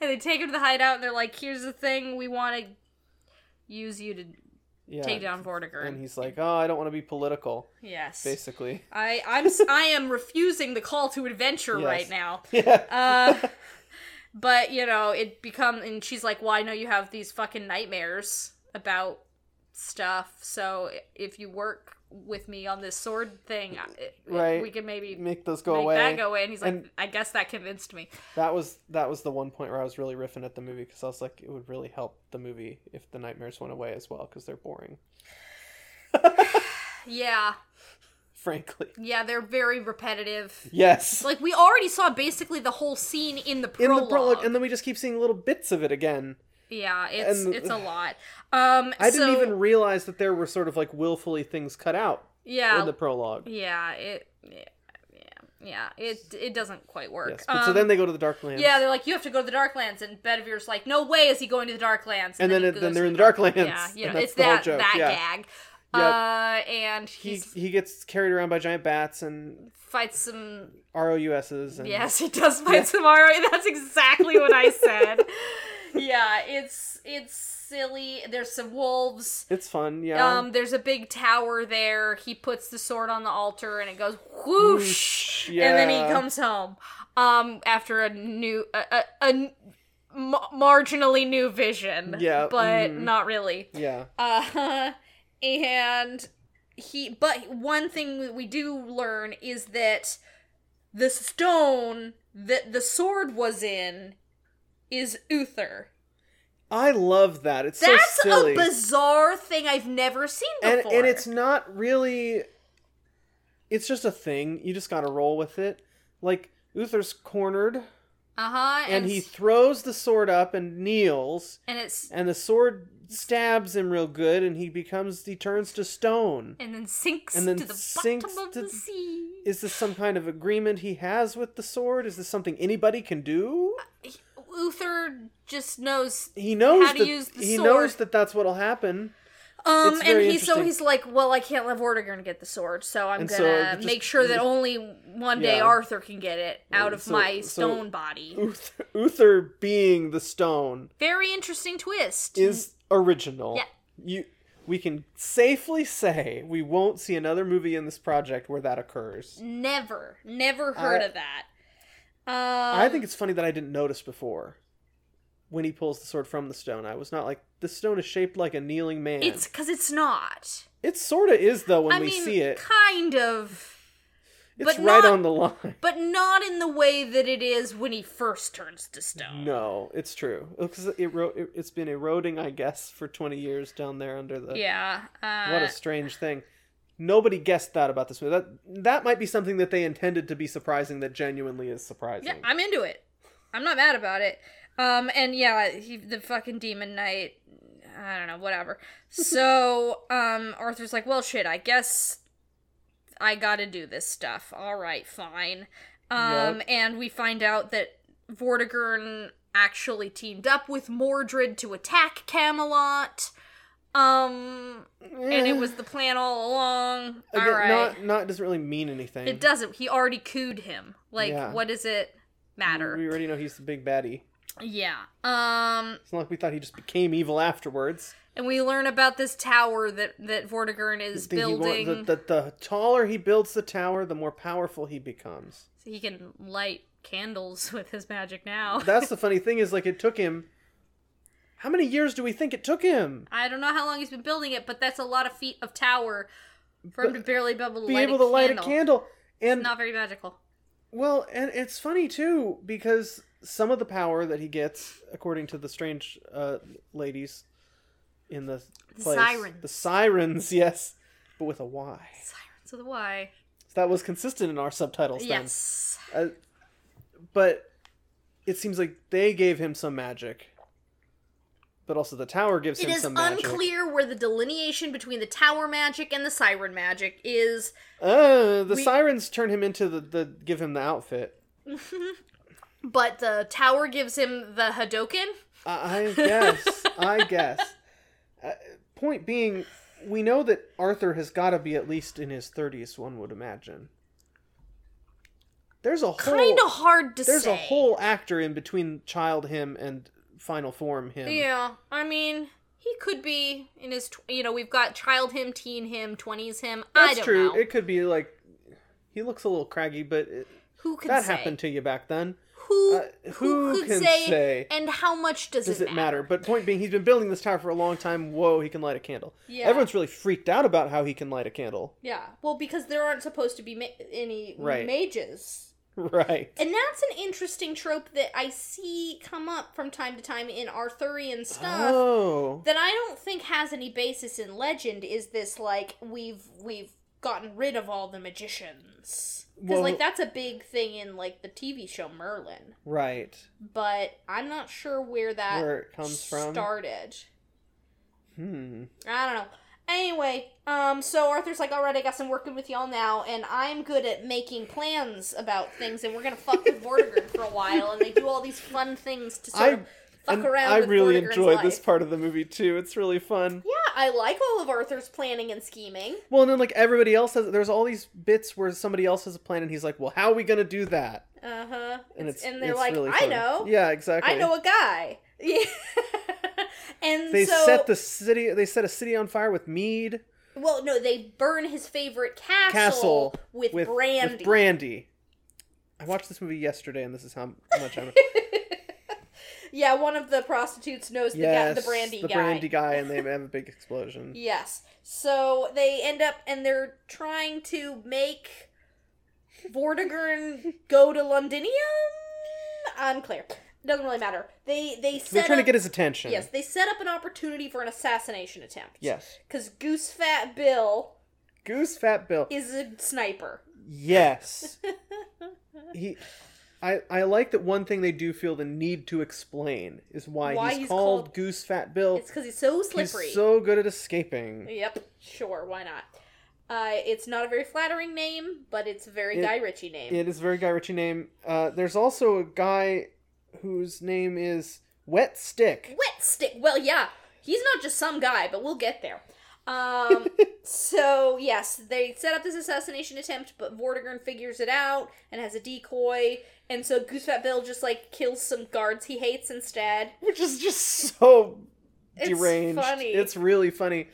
and they take him to the hideout and they're like, "Here's the thing, we want to use you to Yeah. take down And Vortigern." he's like, oh, I don't want to be political, Yes. basically. I I'm s- I am refusing the call to adventure *laughs* Yes. right now. Yeah. *laughs* Uh, but you know, it become and she's like, "Well, I know you have these fucking nightmares about stuff. So if you work with me on this sword thing, I- it- Right. we can maybe Make those go Uh, make away. that go away." And he's like, And- "I guess that convinced me." That was that was the one point where I was really riffing at the movie because I was like, it would really help the movie if the nightmares went away as well because they're boring, *laughs* Yeah, frankly. yeah, they're very repetitive. Yes. Like we already saw basically the whole scene in the in prologue. the prologue, and then we just keep seeing little bits of it again. yeah, it's and- *sighs* it's a lot. Um, I didn't so- even realize that there were sort of like willfully things cut out yeah in the prologue. yeah it yeah yeah it it doesn't quite work. Yes, but so then they go to the dark lands. Yeah, they're like, you have to go to the Darklands, and Bedivere's like, no way is he going to the Darklands. and then he it, then goes they're to in the dark lands. Yeah, you and know, that's it's the whole that joke, that yeah. gag. Uh, and He he he gets carried around by giant bats and fights some. ROUSs and Yes, he *laughs* does fight some Mario. and That's exactly what I said. yeah, it's it's silly. There's some wolves. it's fun. Yeah, Um, there's a big tower there. He puts the sword on the altar, and it goes whoosh, yeah. and then he comes home. Um, after a new a, a, a ma- marginally new vision. Yeah, But mhm. not really. Yeah. Uh, *laughs* and he, but one thing that we do learn is that the stone that the sword was in is Uther. I love that. It's That's so silly. a bizarre thing I've never seen and before. and it's not really it's just a thing. You just got to roll with it. Like Uther's cornered uh huh, and he throws the sword up and kneels and it's and the sword stabs him real good and he becomes he turns to stone. And then sinks And then to the sinks bottom of to- the sea. Is this some kind of agreement he has with the sword? Is this something anybody can do? Uther just knows He knows How to that use the he sword. knows that that's what'll happen. um, it's and very he so interesting. he's like, well, I can't let Vortigern get the sword, so I'm And so gonna just- make sure that only one day Yeah. Arthur can get it out of So- my so- stone body. Uther, Uther being the stone Very interesting twist. is original. Yeah. You we can safely say we won't see another movie in this project where that occurs. Never, never heard I- of that. Um, I think it's funny that I didn't notice before when he pulls the sword from the stone. I was not like the stone is shaped like a kneeling man. Um, it's because it's not. it sort of is though when I we mean, see it. kind of, It's but not- right on the line. *laughs* but not in the way that it is when he first turns to stone. No, it's true. Because it ro- it, it's been eroding, I guess, for 20 years down there under the Yeah. Uh, What a strange thing. Nobody guessed that about this movie. That that might be something that they intended to be surprising that genuinely is surprising. yeah, I'm into it. I'm not mad about it. Um, and yeah, he, the fucking demon knight. I don't know, *laughs* whatever. So, um, Arthur's like, well, shit. I guess I got to do this stuff. All right, fine. Um, and we find out that Vortigern actually teamed up with Mordred to attack Camelot. Um, and *sighs* it was the plan all along. All Eh, Again, right. Not not doesn't really mean anything. it doesn't. He already cooed him. Like, Yeah. what does it matter? We already know he's the big baddie. Yeah. Um It's not like we thought he just became evil afterwards. and we learn about this tower that that Vortigern is Think he wa- building the, the, the taller he builds the tower, the more powerful he becomes. so he can light candles *laughs* with his magic now. That's the funny thing is like it took him. How many years do we think it took him? I don't know how long he's been building it, but that's a lot of feet of tower for him to barely be able to, Be light, able a to light candle. a candle, and Not very magical. Well, and it's funny too because some of the power that he gets, according to the strange uh, ladies in the place, sirens. the sirens, yes, but with a Y. So the why? So that was consistent in our subtitles. Yes. Then. Uh, but it seems like they gave him some magic, but also the tower gives It him is some magic. unclear where the delineation between the tower magic and the siren magic is. Uh, the sirens turn him into the, the give him the outfit. But the tower gives him the Hadoken. *laughs* I I guess. I guess. Uh, point being, we know that Arthur has got to be at least in his 30s, one would imagine. There's a whole. Kind of hard to there's say. a whole actor in between child him and final form him. Yeah, I mean, he could be in his, tw- you know, we've got child him, teen him, 20s him. I That's don't true. know. It could be like. He looks a little craggy, but it, Who could that say? happened to you back then. Who, Uh, who, could can say, say, and how much does, does it matter? But point being, he's been building this tower for a long time. Whoa, he can light a candle. Yeah. Everyone's really freaked out about how he can light a candle. *laughs* Yeah, well, because there aren't supposed to be ma- any Right. mages. Right. And that's an interesting trope that I see come up from time to time in Arthurian stuff. Oh. that I don't think has any basis in legend is this like we've we've gotten rid of all the magicians because Well- like that's a big thing in like the TV show Merlin, Right. but I'm not sure where that Where it comes from. started. Hmm. I don't know. Anyway, um, so Arthur's like, all right, I got some working with y'all now, and I'm good at making plans about things, and we're gonna fuck *laughs* with Vortigern for a while, and they do all these fun things to sort I of fuck and around. I with really Vortigern's enjoyed life. this part of the movie too. It's really fun. Yeah, I like all of Arthur's planning and scheming. Well, and then like everybody else has there's all these bits where somebody else has a plan and he's like, "Well, how are we going to do that?" Uh huh. And it's and they're it's like, really I fun. know, Yeah, exactly. I know a guy. *laughs* Yeah. and They so, set the city they set a city on fire with mead well, no, they burn his favorite castle, castle with, with brandy. With brandy. I watched this movie yesterday and this is how much I'm Yeah, one of the prostitutes knows *laughs* the guy, the brandy the guy. brandy guy, and they have a big explosion. Yes. So they end up and they're trying to make Vortigern go to Londinium. Unclear. Doesn't really matter. They they They're set trying to up, get his attention. yes they set up an opportunity for an assassination attempt. Yes. Because Goose Fat Bill Goose Fat Bill. is a sniper. *laughs* Yes. he I I like that one thing they do feel the need to explain is why, Why he's, he's called, called- Goose Fat Bill. It's because he's so slippery. He's so good at escaping. Yep. Sure. Why not? Uh, it's not a very flattering name, but it's a very It- Guy Ritchie name. It is a very Guy Ritchie name. Uh, there's also a guy whose name is Wet Stick. wet stick. Well, yeah, he's not just some guy, but we'll get there. *laughs* Um, so yes, they set up this assassination attempt, but Vortigern figures it out and has a decoy, and so Goosefat Bill just like kills some guards he hates instead. Which is just so It's deranged. funny. It's really funny.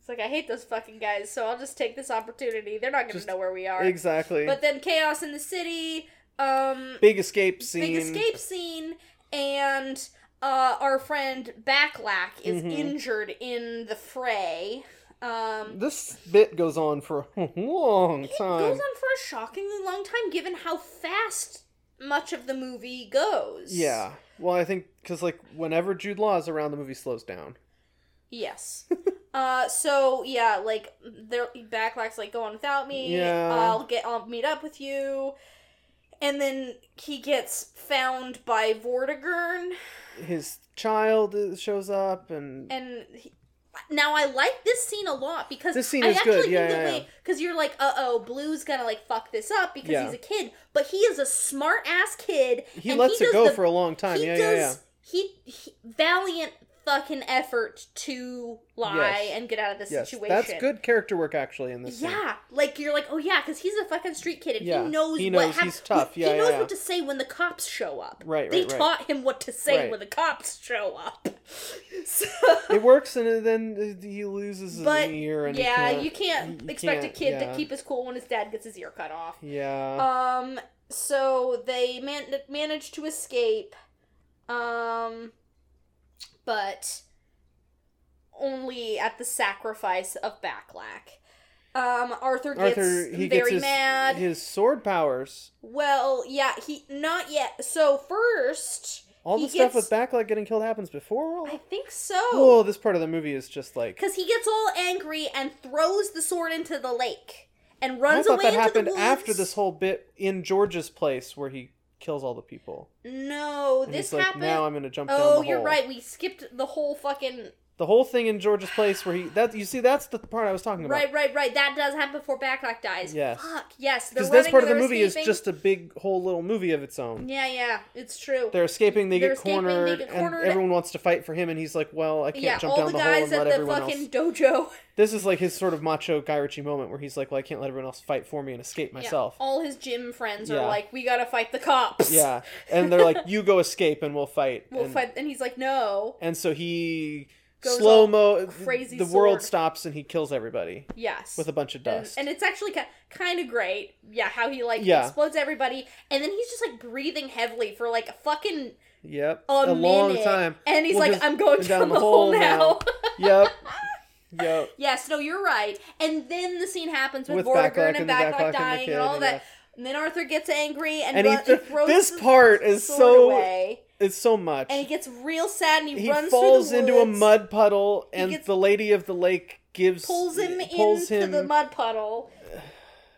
It's like I hate those fucking guys, so I'll just take this opportunity. They're not gonna Just know where we are. Exactly. But then chaos in the city. Um, big escape scene. big escape scene and uh, our friend backlack is Mhm. injured in the fray um This bit goes on for a long goes time. on for a shockingly long time given how fast much of the movie goes Yeah. Well, I think because like whenever Jude Law is around, the movie slows down. *laughs* yes uh so yeah like there backlack's like go on without me Yeah. i'll get i'll meet up with you and then he gets found by vortigern His child is- shows up, and, and he, now I like this scene a lot because This scene I is actually good, think yeah, the yeah, yeah. way because you're like, uh oh, Blue's gonna like fuck this up because Yeah. he's a kid, but he is a smart ass kid. he and lets it does go the- for a long time. He Yeah, yeah, yeah. does he, he valiant fucking effort to lie Yes. and get out of this Yes, situation. that's good character work actually in this. scene. Yeah, like you're like, oh yeah, because he's a fucking street kid and Yeah, he knows he what knows hap- he's tough, He, yeah, he yeah, knows yeah. what to say when the cops show up. Right, They right, right. taught him what to say Right. when the cops show up. *laughs* so It works, and uh, then he loses but an ear. And he yeah, can't- you can't you expect can't- a kid yeah. to keep his cool when his dad gets his ear cut off. Yeah, Um, so they man- manage to escape, um, but only at the sacrifice of Backlack. Um, Arthur gets Arthur. very He gets his, mad. his sword powers. well, yeah, he not yet. So first, All He the stuff gets- with Backlash getting killed happens before. all- I think Oh, so, this part of the movie is just like because he gets all angry and throws the sword into the lake and I runs thought away that into happened the woods. after this whole bit in George's place where he kills all the people. No, And this he's like, happened. Now I'm gonna jump. down oh, the you're hole." right. We skipped the whole fucking. The whole thing in George's place where he that you see that's the part I was talking about. Right, right, right. That does happen before Backlack dies. Yes. Fuck. Yes. they're Because this running, part of the they're movie escaping. is just a big whole little movie of its own. Yeah, yeah. It's true. They're escaping, they They're get escaping, they cornered, get and cornered. everyone wants to fight for him, and he's like, "Well, I can't yeah, jump all down the the, hole guys and let at the everyone fucking else." dojo. *laughs* This is like his sort of macho Guy Ritchie moment where he's like, "Well, I can't let everyone else fight for me and escape myself." Yeah, all his gym friends are Yeah. like, we gotta fight the cops. Yeah, and they're like, "You go escape, and we'll fight." We'll and, fight. And he's like, no. And so he Goes slow mo. crazy The world sword. stops, and he kills everybody Yes. with a bunch of and, dust. and it's actually kind of great. Yeah, how he like Yeah. explodes everybody, and then he's just like breathing heavily for like a fucking yep, a, long minute. *laughs* time. and he's We'll like, just "I'm going go down, the hole now." *laughs* yep, yep. Yes, no, you're right. And then the scene happens with, With Vortigern Backlack and and the Backlack Backlack and the dying and, kid, all and that. yeah. And then Arthur gets angry and, And he run- th- throws this the part is sword so- away, It's so much. and he gets real sad and he, he runs falls through the into a woods, mud puddle, and gets- the lady of the lake gives pulls him pulls into him the mud puddle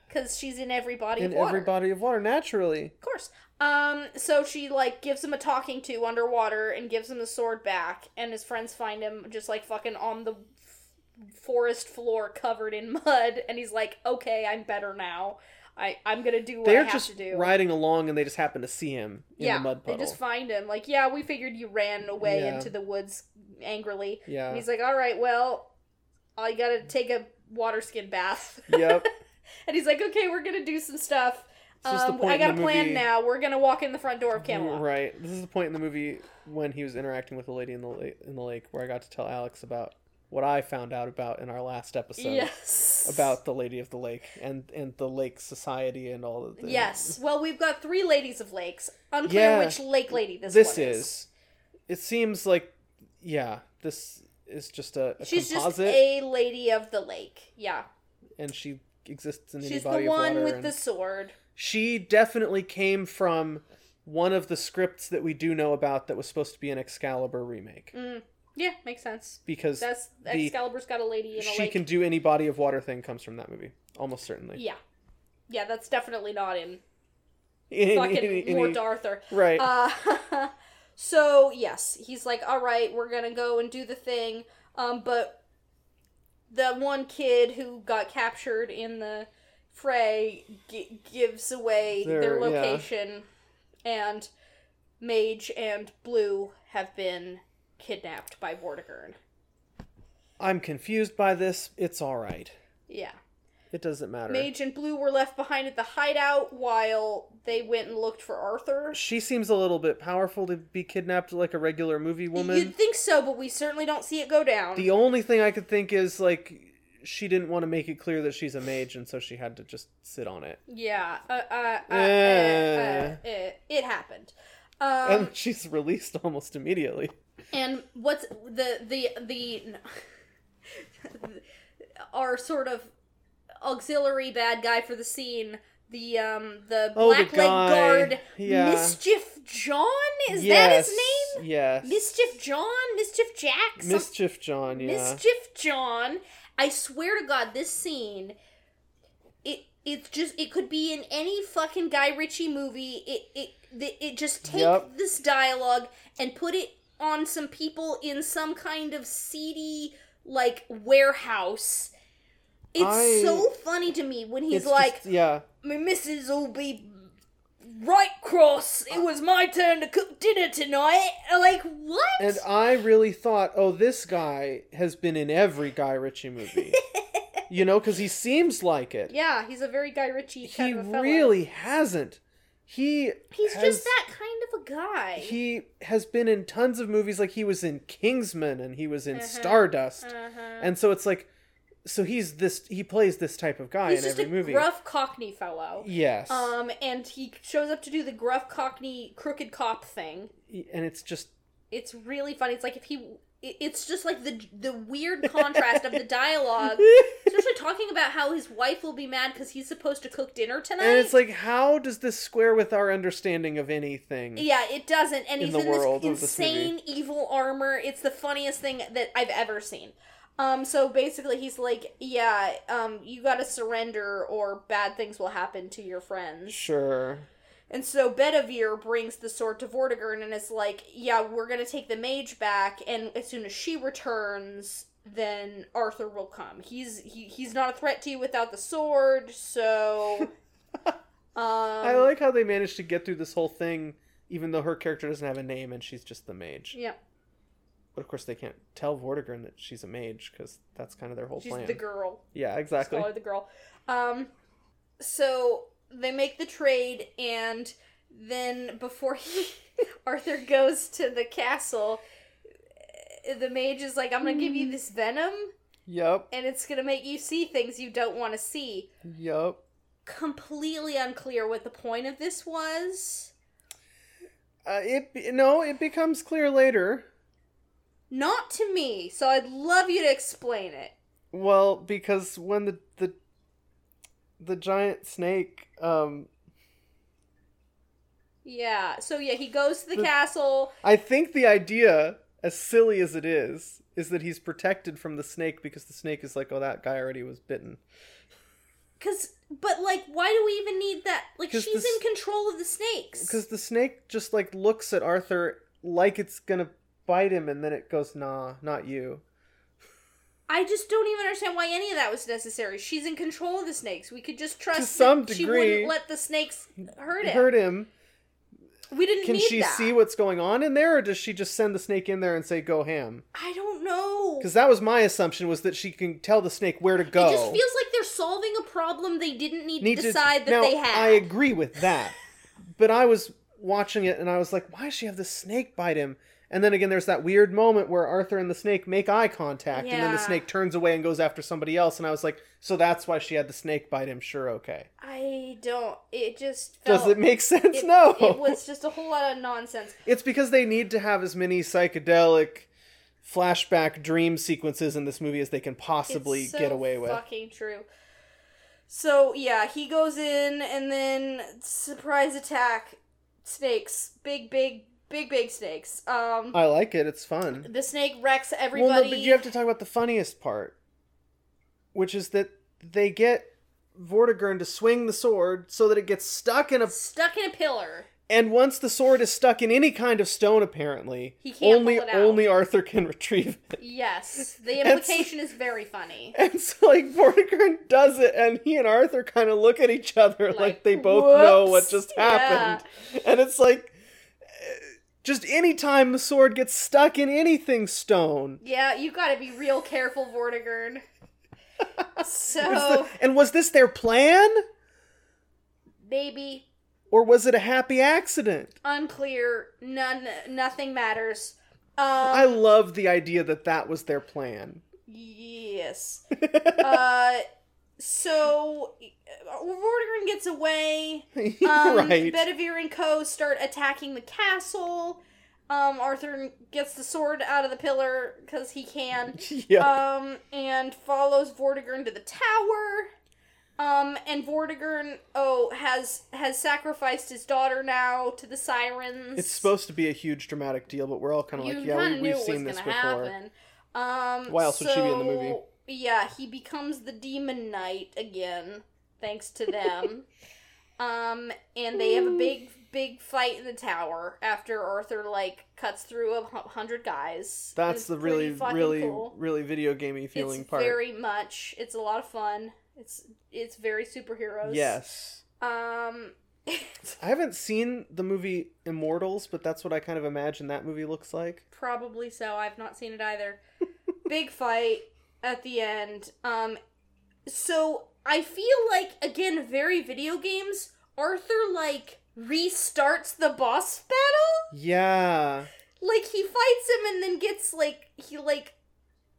because she's in every body in of water. every body of water naturally. Of course. Um, so she like gives him a talking to underwater and gives him the sword back, and his friends find him just like fucking on the f- forest floor covered in *laughs* mud, and he's like, "Okay, I'm better now. I I'm gonna do what I They're have just to do." riding along, and they just happen to see him in yeah, the mud they puddle. just find him. Like, yeah, we figured you ran away Yeah. into the woods angrily. yeah. And he's like, "All right, well, I gotta take a water skin bath." *laughs* yep. and he's like, "Okay, we're gonna do some stuff." This is the Um, point I in got a the plan movie- now. We're gonna walk in the front door of Camelot. Right. This is the point in the movie when he was interacting with the lady in the lake, in the lake where I got to tell Alex about what I found out about in our last episode yes. about the Lady of the Lake and and the Lake Society and all of the Yes. Well, we've got three ladies of lakes. Unclear Yeah. which lake lady this, this one is. It seems like yeah, this is just a, a She's just composite, a lady of the lake. Yeah. and she exists in any She's body the one of water. with and the sword. She definitely came from one of the scripts that we do know about that was supposed to be an Excalibur remake Mm. Yeah, makes sense. because That's the- Excalibur's got a lady in a she lake. can do any body of water thing comes from that movie almost certainly. Yeah. Yeah, that's definitely not in Any- fucking any- Lord any- Arthur. Right. Uh, *laughs* so yes, he's like, all right, we're gonna go and do the thing. Um, but the one kid who got captured in the fray g- gives away their, Their- yeah. location, and Mage and Blue have been kidnapped by Vortigern. I'm confused by this. It's all right. Yeah. It doesn't matter. Mage and Blue were left behind at the hideout while they went and looked for Arthur. She seems a little bit powerful to be kidnapped like a regular movie woman. You'd think so, but we certainly don't see it go down. The only thing I could think is like she didn't want to make it clear that she's a mage, and so she had to just sit on it. Yeah, uh, uh, uh, Eh. uh, uh, uh, it happened. Um, and *laughs* she's released almost immediately. and what's the the the our sort of auxiliary bad guy for the scene? The um the Oh, the blackleg guy. guard, Yeah. Mischief John. Is that his name? Yes. Mischief John, Mischief Jack, some- Mischief John. Yeah. Mischief John. I swear to God, this scene, it it's just it could be in any fucking Guy Ritchie movie. It it it, it just take Yep. this dialogue and put it on some people in some kind of seedy like warehouse. It's I- so funny to me when he's It's like, just- yeah. my missus will be right cross. It was my turn to cook dinner tonight. Like what? And I really thought, oh, this guy has been in every Guy *laughs* Ritchie movie. you know, because he seems like it. Yeah, he's a very Guy Ritchie he kind of a fella. really hasn't. He He's has- just that kind of a guy. He has been in tons of movies. Like he was in Kingsman and he was in Uh-huh. Stardust, and so it's like, so he's this. He plays this type of guy he's in just every a movie. gruff Cockney fellow. yes, Um, and he shows up to do the gruff Cockney crooked cop thing. and it's just It's really funny. It's like if he. it- It's just like the the weird contrast *laughs* of the dialogue, especially talking about how his wife will be mad because he's supposed to cook dinner tonight. and it's like, how does this square with our understanding of anything? Yeah, it doesn't. And in he's the in world of this this movie. insane evil armor. It's the funniest thing that I've ever seen. Um, so basically, he's like, "Yeah, um, you got to surrender, or bad things will happen to your friends." Sure, And so Bedivere brings the sword to Vortigern and is like, "Yeah, we're gonna take the mage back, and as soon as she returns, then Arthur will come. He's he, he's not a threat to you without the sword, *laughs* so." um, I like how they managed to get through this whole thing, even though her character doesn't have a name and she's just the mage. Yeah, But of course, they can't tell Vortigern that she's a mage because that's kind of their whole she's plan. the girl. yeah, exactly. Scholar the girl. Um, so they make the trade, and then before he, *laughs* Arthur goes to the castle, eh, the mage is like, "I'm gonna give Hmm. you this venom, Yep, and it's gonna make you see things you don't want to see." yep. Completely unclear what the point of this was. Uh, it be- no, it becomes clear later. Not to me, so I'd love you to explain it. Well, because when the the the giant snake, um, Yeah. So yeah, he goes to the The- castle. I think the idea, as silly as it is, is that he's protected from the snake because the snake is like, oh, that guy already was bitten. Cause, but like, why do we even need that? Like, 'Cause she's the in s- control of the snakes. Because the snake just like looks at Arthur like it's gonna bite him, and then it goes, nah, not you. I just don't even understand why any of that was necessary. She's in control of the snakes. We could just trust some that she degree, wouldn't let the snakes hurt him. Hurt him. we didn't Can need she that. see what's going on in there, or does she just send the snake in there and say, go ham? I don't know. Because that was my assumption was that she can tell the snake where to go. It just feels like they're solving a problem they didn't need, Need to to- decide that now, they had. I agree with that, but I was watching it and I was like, why does she have the snake bite him? And then again, there's that weird moment where Arthur and the snake make eye contact, and then the Yeah. snake turns away and goes after somebody else. And I was like, so that's why she had the snake bite him. Sure, okay. I don't. It just felt, Does it make sense? no. It was just a whole lot of nonsense. *laughs* It's because they need to have as many psychedelic flashback dream sequences in this movie as they can possibly It's so get away with. Fucking true. So yeah, he goes in and then surprise attack snakes, big big big big snakes. Um, I like it. It's fun. the snake wrecks everybody. Well, no, but you have to talk about the funniest part, which is that they get Vortigern to swing the sword so that it gets stuck in a. stuck in a pillar. And once the sword is stuck in any kind of stone, apparently, He can't only pull it out. only Arthur can *laughs* retrieve it. Yes, the It's- implication is very funny. And so, like, Vortigern does it, and he and Arthur kind of look at each other like, Like, they both know what "Whoops." just happened. And it's like, eh, just any time the sword gets stuck in anything stone. Yeah, you got to be real careful, *laughs* Vortigern. It's So the- and was this their plan? maybe Or was it a happy accident? unclear, none, nothing matters. I Um, love the idea that that was their plan. *laughs* yes. uh, so uh, Vortigern gets away. *laughs* Um, right. Bedivere and Co. start attacking the castle. Um, Arthur gets the sword out of the pillar because he can. yeah. Um, and follows Vortigern to the tower. Um, and Vortigern, oh, has has sacrificed his daughter now to the sirens. it's supposed to be a huge dramatic deal, but we're all kind of You like, yeah, kinda knew we, we've it seen was this gonna before. happen. Um, Why else would she be in the so, movie? Yeah, he becomes the demon knight again, thanks to *laughs* them. um, and they have a big, big fight in the tower after Arthur like cuts through a hu- hundred guys. That's It's the pretty really, fucking really, cool. really video gamey feeling it's part. Very much. It's a lot of fun. It's it's very superheroes. Yes. Um. *laughs* I haven't seen the movie Immortals, but that's what I kind of imagine that movie looks like. Probably so. I've not seen it *laughs* either. Big fight at the end. Um so I feel like again very video games Arthur like restarts the boss battle. Yeah. Like he fights him and then gets like he like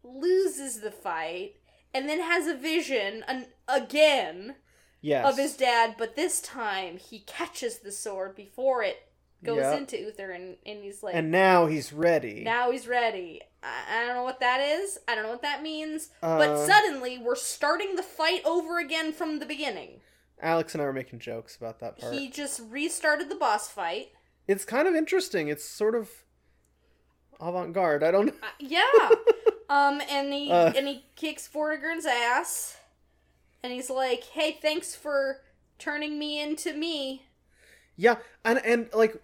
loses the fight and then has a vision an, again Yes. of his dad, but this time he catches the sword before it goes Yeah. into Uther and, and he's like And now he's ready. now he's ready. I, I don't know what that is. I don't know what that means. Uh, but suddenly, we're starting the fight over again from the beginning. Alex and I were making jokes about that part. He just restarted the boss fight. It's kind of interesting. It's sort of avant-garde. I don't know. *laughs* Uh, yeah. um, and he Uh. and he kicks Vortigern's ass, and he's like, "Hey, thanks for turning me into me." Yeah, and and like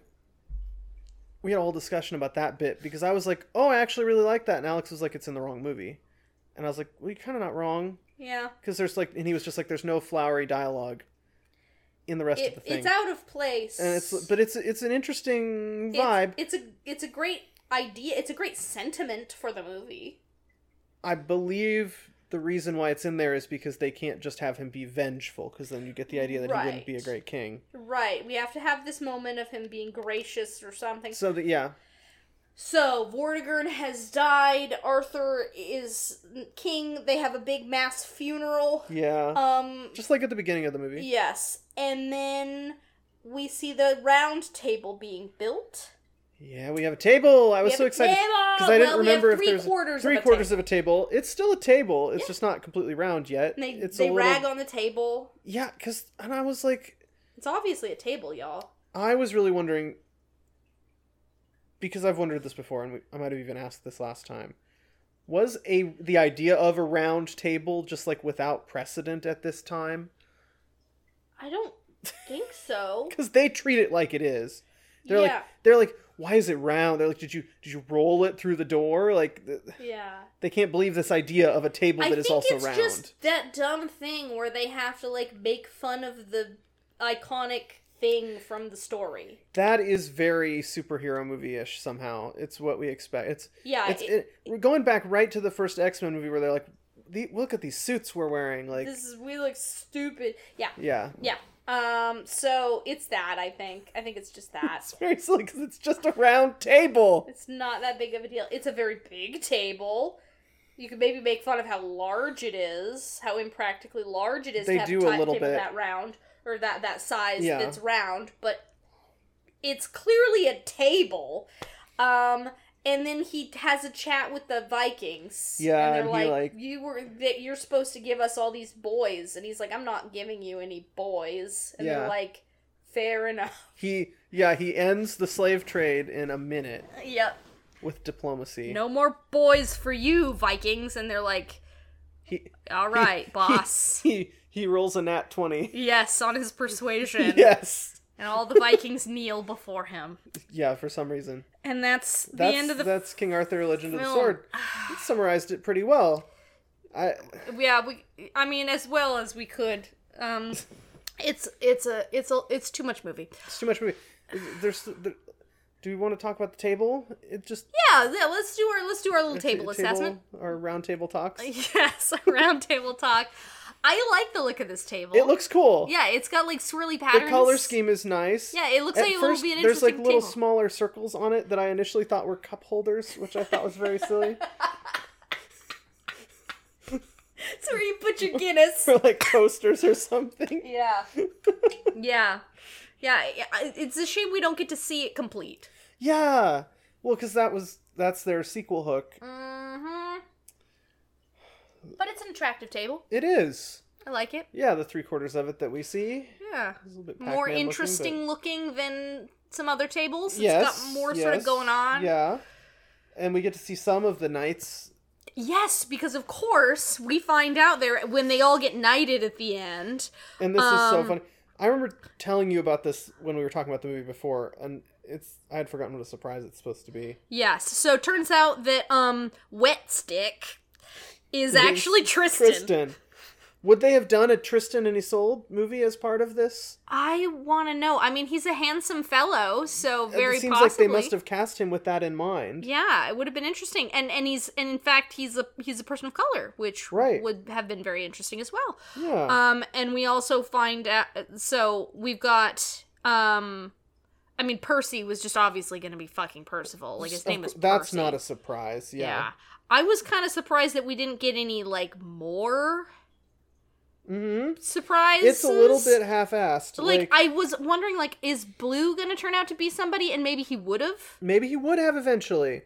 we had a whole discussion about that bit because I was like, "Oh, I actually really like that," and Alex was like, "It's in the wrong movie," and I was like, "Well, you're kind of not wrong Yeah. because there's like," and he was just like, "There's no flowery dialogue in the rest of It, the thing." it's out of place. and it's but it's it's an interesting It's- vibe. It's a it's a great idea. It's a great sentiment for the movie. I believe the reason why it's in there is because they can't just have him be vengeful because then you get the idea that he wouldn't be a Right. great king. Right. We have to have this moment of him being gracious or something. So that yeah, So Vortigern has died. Arthur is king. They have a big mass funeral. yeah, Um. just like at the beginning of the movie. Yes, and then we see the round table being built. Yeah, we have a table. I We was have so a excited table! because I didn't Well, we have remember if three there's quarters of three a quarters of a table. It's still a table. It's Yeah. just not completely round yet. And they it's they a little... rag on the table. Yeah, because and I was like, It's obviously a table, y'all. I was really wondering because I've wondered this before, and we, I might have even asked this last time. Was a the idea of a round table just like without precedent at this time? I don't think so. Because they treat it like it is. *laughs* They're Yeah. like they're like, why is it round? They're like, did you did you roll it through the door? Like. th- yeah. They can't believe this idea of a table I that is think also it's round. just that dumb thing where they have to like make fun of the iconic thing from the story. That is very superhero movie-ish somehow. It's what we expect. It's Yeah, it's it- it, we're going back right to the first X-Men movie where they're like, the, look at these suits we're wearing. Like, This is we look stupid. Yeah. yeah, Yeah. Um, so it's that I think. I think it's just that. Seriously, because it's just a round table. It's not that big of a deal. It's a very big table. You could maybe make fun of how large it is, how impractically large it is They to have do a a ti- little table bit. that round or that that size Yeah. that's round, but it's clearly a table. Um and then he has a chat with the Vikings. Yeah, and they're and like, he, like- "You were that you're supposed to give us all these boys," and he's like, "I'm not giving you any boys." And Yeah. they're like, "Fair enough." *laughs* He, yeah, he ends the slave trade in a minute yep. with diplomacy. No more boys for you, Vikings. And they're like, He- all right, boss. *laughs* He he rolls a *laughs* nat twenty. *laughs* yes, on his persuasion. Yes. And all the Vikings kneel before him. Yeah, for some reason. And that's the That's end of the. that's King Arthur: Legend of the film. Sword. *sighs* He summarized it pretty well. I yeah, we. I mean, as well as we could. Um, it's it's a it's a it's too much movie. it's too much movie. There's there, do we want to talk about the table? It just Yeah, yeah. Let's do our let's do our little table assessment. *laughs* or round table talks. Yes, a round table talk. I like the look of this table. It looks cool. yeah, it's got like swirly The patterns. *laughs* color scheme is nice. Yeah, it looks At like it will first, be an there's like interesting little table. smaller circles on it that I initially thought were cup holders, which I thought was very silly. *laughs* That's where you put your *laughs* Guinness. or like coasters or something. *laughs* Yeah. yeah, yeah. I- I- It's a shame we don't get to see it complete. Yeah. Well, because that was that's their sequel hook. Mm-hmm. But it's an attractive table. It is. I like it. Yeah, the three quarters of it that we see. Yeah. It's a little bit more Pac-Man looking, but- interesting looking, than some other tables. It's yes, got more sort yes, of going on. Yeah. And we get to see some of the knights. Yes, because of course we find out there when they all get knighted at the end. And this is Um, so funny. I remember telling you about this when we were talking about the movie before, and it's I had forgotten what a surprise it's supposed to be. Yes. So it turns out that um Wet Stick is actually Tristan. Tristan. Would they have done a Tristan and Isolde movie as part of this? I want to know. I mean, he's a handsome fellow, so very it seems possibly. like they must have cast him with that in mind. Yeah, it would have been interesting, and and he's and in fact he's a he's a person of color, which Right. would have been very interesting as well. Yeah. Um, and we also find out. So we've got. Um, I mean, Percy was just obviously going to be fucking Percival. Like his Of name was. cou- Oh, That's Percy. not a surprise. Yeah. Yeah. I was kind of surprised that we didn't get any like more hmm surprises. It's a little bit half-assed. Like, Like, I was wondering, like, is Blue going to turn out to be somebody? And maybe he would have. maybe he would have eventually.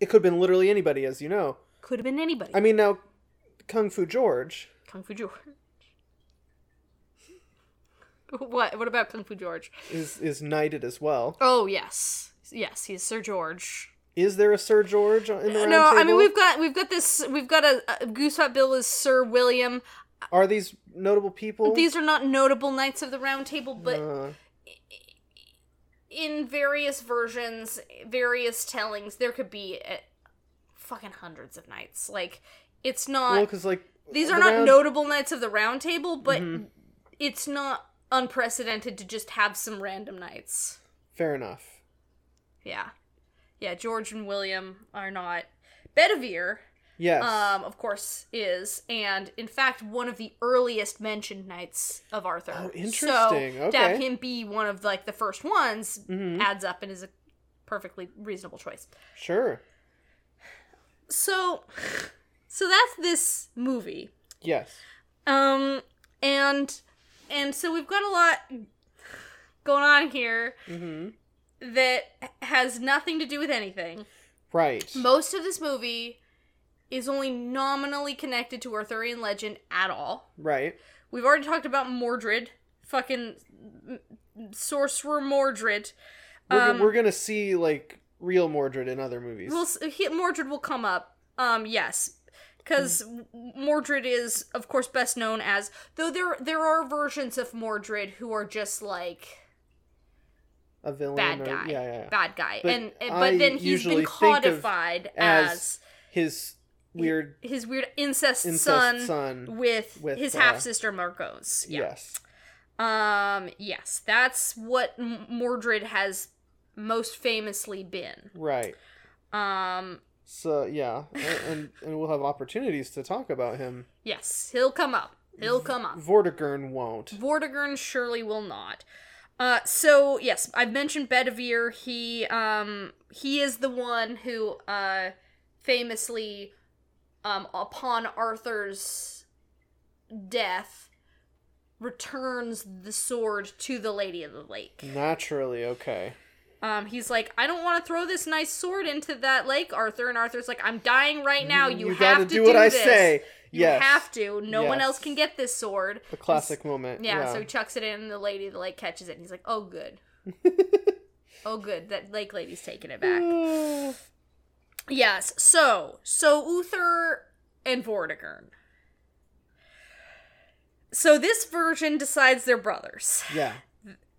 It could have been literally anybody, as you know. Could have been anybody. I mean, now Kung Fu George. Kung Fu George. *laughs* what? What about Kung Fu George? is is knighted as well. Oh yes, yes, he's Sir George. Is there a Sir George in the round no, I mean table? we've got we've got this we've got a, a Goosefat Bill is Sir William. Are these notable people? These are not notable knights of the Round Table, but Uh, in various versions, various tellings, there could be uh, fucking hundreds of knights. Like it's not well, because like these the Mm-hmm. are not round- notable knights of the Round Table, but it's not unprecedented to just have some random knights. Fair enough. Yeah, yeah. George and William are not Bedivere. Yes. um, of course, is and in fact one of the earliest mentioned knights of Arthur. Oh, So interesting. to have Okay. Mm-hmm. him be one of like the first ones adds up and is a perfectly reasonable choice. sure. So, *sighs* so that's this movie. Yes. Um, and and so we've got a lot going on here that has nothing to do with anything. Right. Most of this movie is only nominally connected to Arthurian legend at all. Right. We've already talked about Mordred, fucking m- m- sorcerer Mordred. We're, go- Um, we're gonna see like real Mordred in other movies. We'll, s- he, Mordred will come up. Um, yes, because Mordred is, of course, best known as. Though there there are versions of Mordred who are just like a villain. bad or- guy, Yeah, yeah. yeah. bad guy, But and, and- I but then he's usually been think of codified as as, His weird his weird incest, incest son, son. with, with, his uh, half sister Marcos. Yeah. Yes. Um, yes, that's what M- Mordred has most famously been. Right. Um, So yeah, A- and and we'll have opportunities to talk about him. yes, he'll come up. He'll come Uh, up. Vortigern won't. Vortigern surely will not. Uh, so yes, I've mentioned Bedivere. He um he is the one who uh famously um upon Arthur's death returns the sword to the Lady of the Lake. Naturally, okay. Um, he's like, I don't want to throw this nice sword into that lake, Arthur. And Arthur's like, I'm dying right now. You, have gotta to do what I this. say. You yes. have to. No one Yes. else can get this sword. The classic moment. Yeah, Yeah. so he chucks it in, and the lady of the lake catches it, and he's like, "Oh, good, oh, good, that lake lady's taking it back." Uh, yes, so so Uther and Vortigern. So this version decides they're brothers. yeah.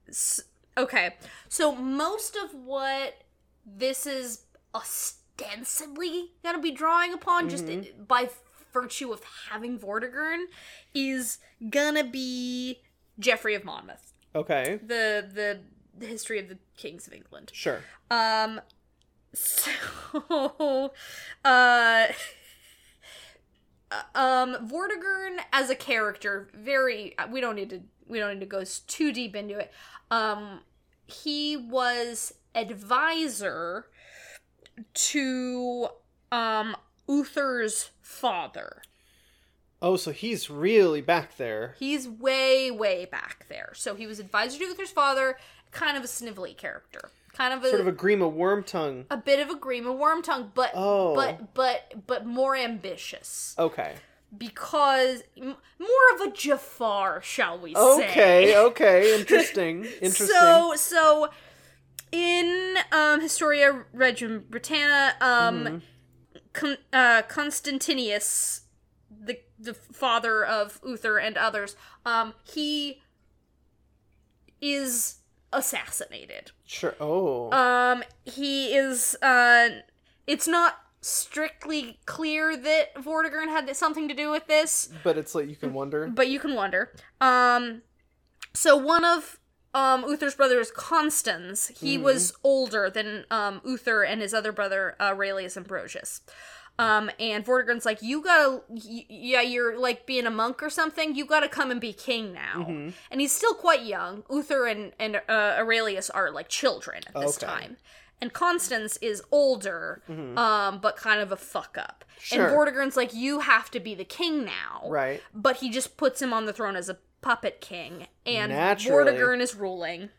S- okay, so most of what this is ostensibly gonna be drawing upon, just by virtue of having Vortigern, is gonna be Geoffrey of Monmouth Okay. the the the history of the kings of England. Sure. Um so *laughs* uh *laughs* um Vortigern as a character very we don't need to we don't need to go s- too deep into it. Um he was advisor to um Uther's father. Oh, so he's really back there. He's way, way back there. So he was advisor to Uther's father, kind of a snivelly character, kind of a Sort of a Grima worm tongue. a bit of a Grima Wormtongue, but Oh. but but but more ambitious Okay. because m- more of a Jafar, shall we say? *laughs* Okay, okay. Interesting. Interesting. So so in um, Historia Regum Britannia, um, Mm-hmm. Con- uh, Constantinius, the the father of Uther and others, um, he is assassinated. sure. Oh. Um, he is. Uh, it's not strictly clear that Vortigern had something to do with this, but it's like you *clears throat* can wonder. but you can wonder. Um, so one of um Uther's brothers, Constans, he Hmm. was older than um Uther and his other brother, Aurelius Ambrosius. Um, and Vortigern's like, you gotta, y- yeah, you're like being a monk or something. You gotta come and be king now. Mm-hmm. And he's still quite young. Uther and and uh, Aurelius are like children at this Okay. Mm-hmm. time. And Constance is older, um, but kind of a fuck up. Sure. And Vortigern's like, you have to be the king now Right. but he just puts him on the throne as a puppet king and Naturally. Vortigern is ruling.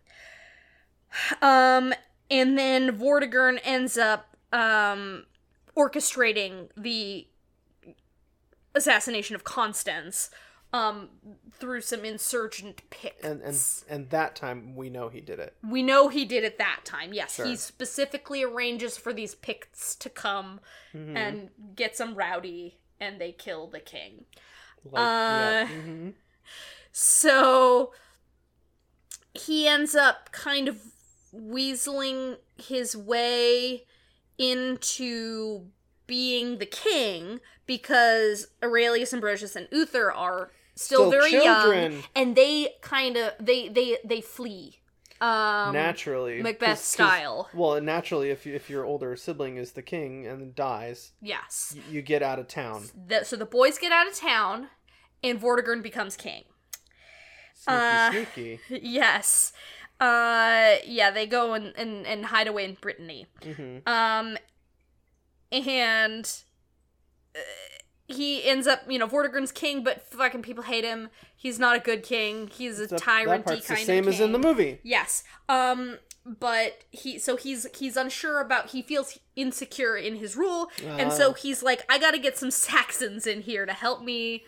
Um and then Vortigern ends up um orchestrating the assassination of Constance um through some insurgent picks. And and and that time we know he did it. we know he did it that time. Yes, Sure. he specifically arranges for these Picts to come Mm-hmm. and get some rowdy and they kill the king. Like, Uh, mhm. So he ends up kind of weaseling his way into being the king because Aurelius Ambrosius and Uther are still, Still very children. young and they kind of they they they flee. Um naturally. Macbeth 'Cause- 'cause- style. Well, and naturally, if you, if your older sibling is the king and dies, yes. y- you get out of town. The, so the boys get out of town and Vortigern becomes king. *laughs* Sneaky, Uh, sneaky. yes. Uh yeah, they go and, and, and hide away in Brittany. Mhm. Um, and uh, he ends up, you know, Vortigern's king, but fucking people hate him. He's not a good king. He's a That- that tyrant kind part's of the same as in the king. movie. Yes. Um, but he so he's he's unsure about he feels insecure in his rule, and Ah. so he's like, I gotta get some Saxons in here to help me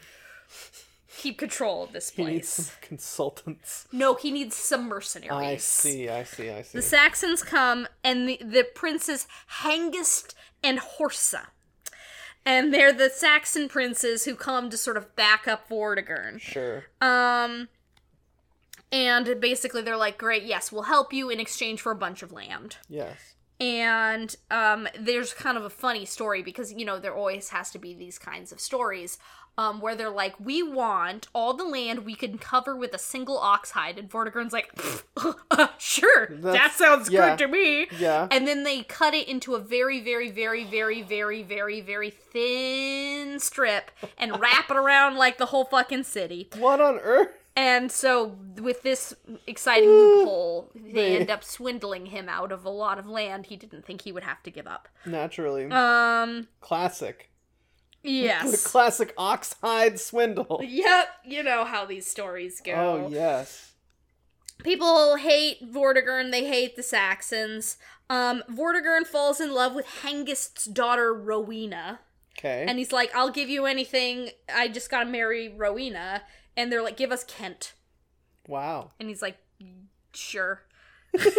keep control of this He place. needs some *laughs* consultants. no, he needs some mercenaries. I see, I see, I see. The Saxons come, and the, the princes Hengist and Horsa. And they're the Saxon princes who come to sort of back up Vortigern. sure. Um, and basically they're like, great, yes, we'll help you in exchange for a bunch of land. yes. And um, there's kind of a funny story because, you know, there always has to be these kinds of stories um, where they're like, we want all the land we can cover with a single ox hide. And Vortigern's like, *laughs* uh, sure, that That's- sounds yeah. good to me. Yeah. And then they cut it into a very, very, very, very, very, very, very thin strip and wrap it around like the whole fucking city. What on earth? And so, with this exciting loophole, they end up swindling him out of a lot of land he didn't think he would have to give up. Naturally. Um, classic. The *laughs* yes. classic oxhide swindle. Yep, you know how these stories go. Oh, yes. People hate Vortigern, they hate the Saxons. Um, Vortigern falls in love with Hengist's daughter, Rowena. Okay. And he's like, I'll give you anything. I just gotta marry Rowena. And they're like, give us Kent. wow. And he's like, *laughs* sure. So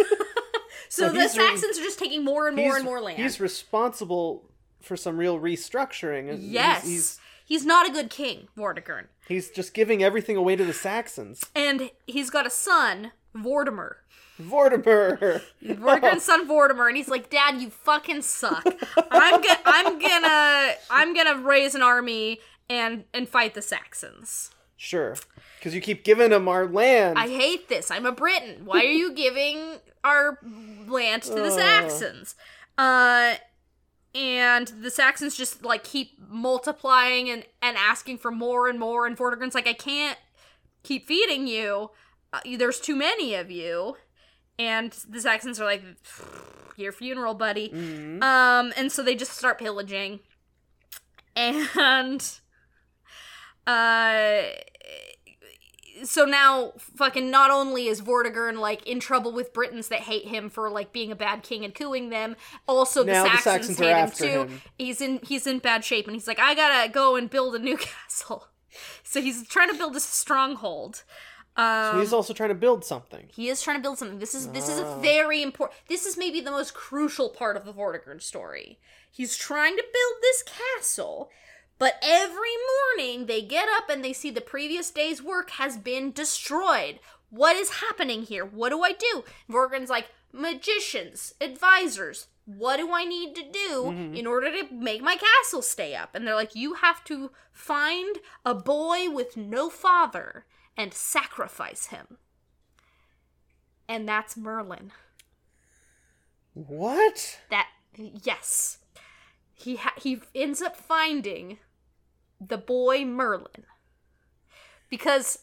so the he's re- Saxons are just taking more and more He's- and more land. He's He's, responsible for some real restructuring. He's- Yes. He's, not a good king, Vortigern. he's, just giving everything away to the Saxons. And he's got a son, *laughs* Vortimer. *laughs* Vortimer! Oh. Vortigern's son Vortimer, and he's like, Dad, you fucking suck. I'm gonna I'm gonna I'm gonna raise an army and and fight the Saxons. Sure. Because you keep giving him our land. I hate this. I'm a Briton. Why are you giving our land to the Saxons? Uh and the Saxons just like keep multiplying and and asking for more and more and Vortigern's like I can't keep feeding you. Uh, there's too many of you. And the Saxons are like your funeral, buddy. Mhm. Um and so they just start pillaging. And uh so now fucking not only is Vortigern like in trouble with Britons that hate him for like being a bad king and cooing them, also the Now the Saxons, Saxons are hate him after too. him. He's in he's in bad shape and he's like, I gotta go and build a new *laughs* castle. So he's trying to build a stronghold. Um, So he's also trying to build something. he is trying to build something. This is this is a very important. This is maybe the most crucial part of the Vortigern story. He's trying to build this castle, but every morning they get up and they see the previous day's work has been destroyed. What is happening here? What do I do? Vortigern's like magicians, advisors. What do I need to do in order to make my castle stay up? And they're like, you have to find a boy with no father and sacrifice him and that's Merlin. What? That yes, he ha- he ends up finding the boy Merlin because,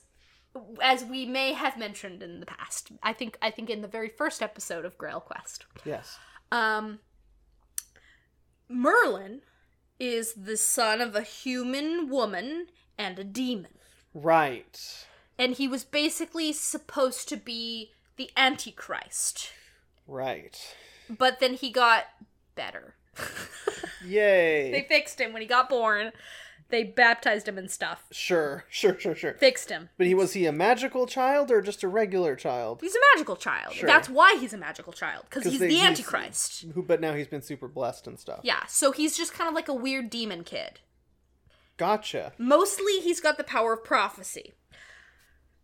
as we may have mentioned in the past, I think I think in the very first episode of Grail Quest, Yes. um, Merlin is the son of a human woman and a demon. Right. And he was basically supposed to be the Antichrist. Right. But then he got *laughs* better. Yay. They fixed him when he got born. They baptized him and stuff. Sure, sure, sure, sure. Fixed him. But he was he a magical child or just a regular child? He's a magical child. Sure. That's why he's a magical child because 'Cause he's they- the he's- Antichrist. Who but now he's been super blessed and stuff. Yeah, so he's just kind of like a weird demon kid. Gotcha. Mostly he's got the power of prophecy.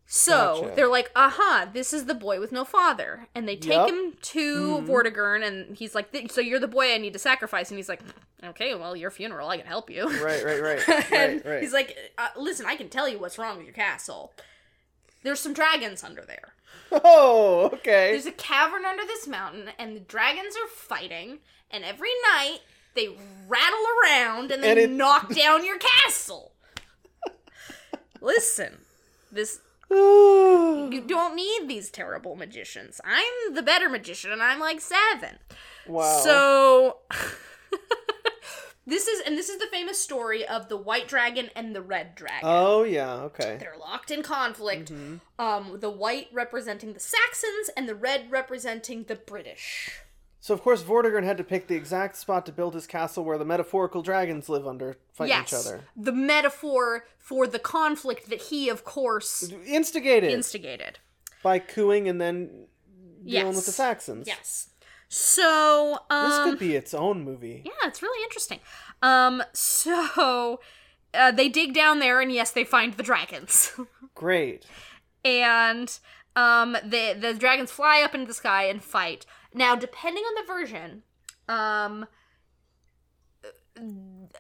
So Gotcha. they're like, uh huh, this is the boy with no father. And they take Yup. Mm-hmm. him to Vortigern, and he's like, "Th- So you're the boy I need to sacrifice. And he's like, Okay, well, your funeral, I can help you. *laughs* Right, right, right. *laughs* and right, right. he's like, uh, "Listen, I can tell you what's wrong with your castle. There's some dragons under there. oh, okay. There's a cavern under this mountain, and the dragons are fighting. And every night they rattle around and they And it- knock *laughs* down your *laughs* castle. Listen, this you don't need these terrible magicians. I'm the better magician, and I'm like seven. *sighs* wow. So *laughs* this is and this is the famous story of the white dragon and the red dragon. Oh yeah, okay. They're locked in conflict. Mm-hmm. Um, the white representing the Saxons and the red representing the British. So of course Vortigern had to pick the exact spot to build his castle where the metaphorical dragons live under fight yes, each other. the metaphor for the conflict that he, of course, Instigated instigated. by cooing and then dealing Yes. with the Saxons. Yes. So um, This could be its own movie. Yeah, it's really interesting. Um, so uh, they dig down there, and yes, they find the dragons. *laughs* Great. and um, the the dragons fly up into the sky and fight. Now, depending on the version, um,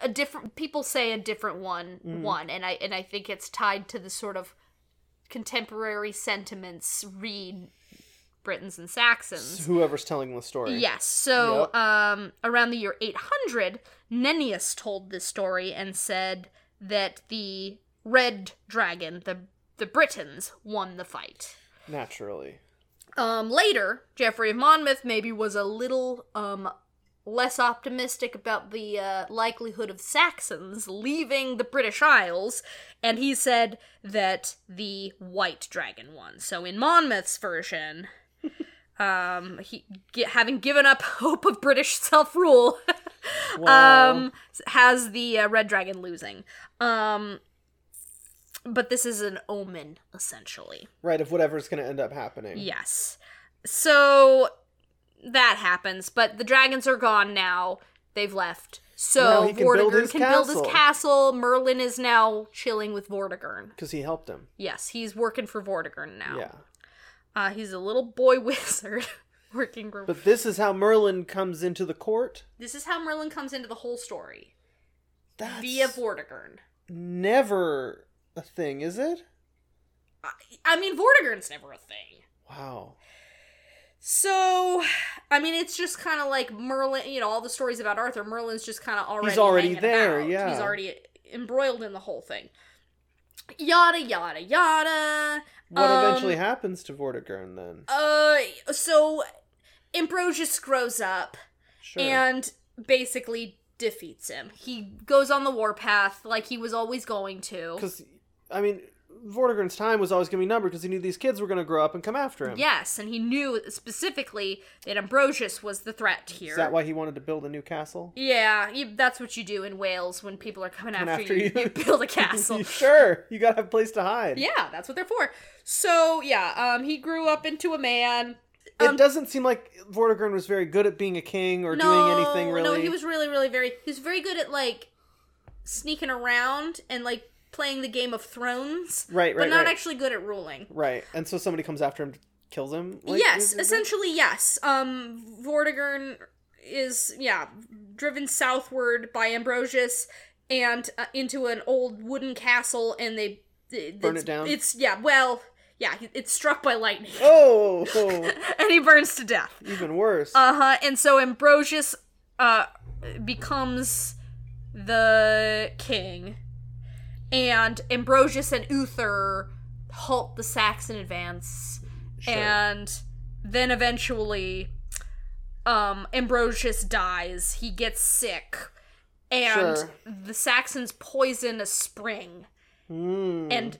a different people say a different one one, and I and I think it's tied to the sort of contemporary sentiments read Britons and Saxons. Whoever's telling the story. Yes. So Yep. um, around the year 800, Nennius told this story and said that the red dragon, the the Britons, won the fight. Naturally. Um, later, Geoffrey of Monmouth maybe was a little um, less optimistic about the uh, likelihood of Saxons leaving the British Isles, and he said that the White Dragon won. So in Monmouth's version, um, he gi- having given up *laughs* hope of British self rule, Wow. um, has the uh, Red Dragon losing. Um, but this is an omen, essentially. Right, of whatever's going to end up happening. Yes. So that happens, but the dragons are gone now. They've left. Now So he can build Vortigern his can build castle. his castle. Merlin is now chilling with Vortigern. Because he helped him. Yes, he's working for Vortigern now. Yeah. Uh, he's a little boy *laughs* wizard working for. But this is how Merlin comes into the court. this is how Merlin comes into the whole story That's via Vortigern. never a thing, is it? I, I mean, Vortigern's never a thing. Wow. So, I mean, it's just kind of like Merlin, you know, all the stories about Arthur. Merlin's just kind of already already hanging there, about. yeah. He's already embroiled in the whole thing. Yada yada yada. What Um, eventually happens to Vortigern then? Uh, so Ambrosius grows up Sure. and basically defeats him. He goes on the warpath like he was always going to. Because, I mean, Vortigern's time was always going to be numbered because he knew these kids were going to grow up and come after him. Yes, and he knew specifically that Ambrosius was the threat here. Is that why he wanted to build a new castle? Yeah, you, that's what you do in Wales when people are coming after, after you. *laughs* you. You, build a *laughs* *laughs* castle. sure. You got to have a place to hide. yeah, that's what they're for. So yeah, um, he grew up into a man. um, it doesn't seem like Vortigern was very good at being a king or doing anything really. no, he was really, really very. He was very good at like sneaking around and like playing the Game of Thrones, right, right, but not right. actually good at ruling. Right, and so somebody comes after him, kills him. like, is- yes, is that- essentially yes. Um, Vortigern is yeah driven southward by Ambrosius and uh, into an old wooden castle, and they it- Burn it's- it down? It's yeah, well, yeah, he- it's struck by lightning, *laughs* Oh, oh, *laughs* and he burns to death. even worse. Uh huh. And so Ambrosius uh becomes the king, and Ambrosius and Uther halt the Saxon advance Sure. and then eventually um ambrosius dies he gets sick and Sure. the saxons poison a spring Mm, and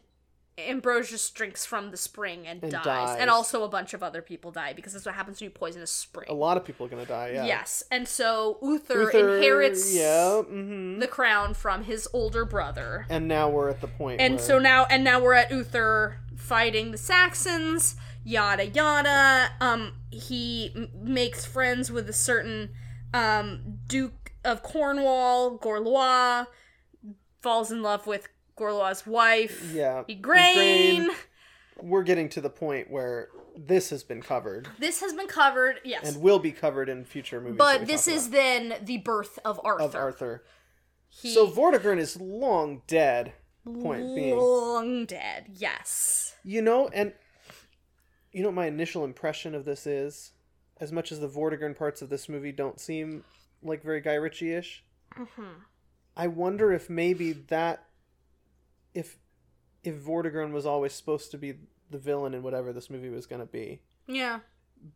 ambrosius drinks from the spring and, And dies. dies. and also a bunch of other people die because that's what happens when you poison a spring a lot of people are gonna die. Yeah. yes and so uther, Uther, inherits Yeah. hmm the crown from his older brother And now we're at the point. and where- so now and now we're at Uther fighting the Saxons, yada yada. Um, he m- makes friends with a certain um Duke of Cornwall, Gorlois, falls in love with Gorlois' wife, Yeah. Igraine. Igraine. We're getting to the point where this has been covered This has been covered, yes. and will be covered in future movies. that we but this talk is about, then the birth of Arthur. of Arthur. So Vortigern is long dead. Point being, long dead. Yes. you know, and you know, what my initial impression of this is, as much as the Vortigern parts of this movie don't seem like very Guy Ritchie-ish, Mm-hmm. I wonder if maybe that, if if Vortigern was always supposed to be the villain in whatever this movie was going to be, Yeah.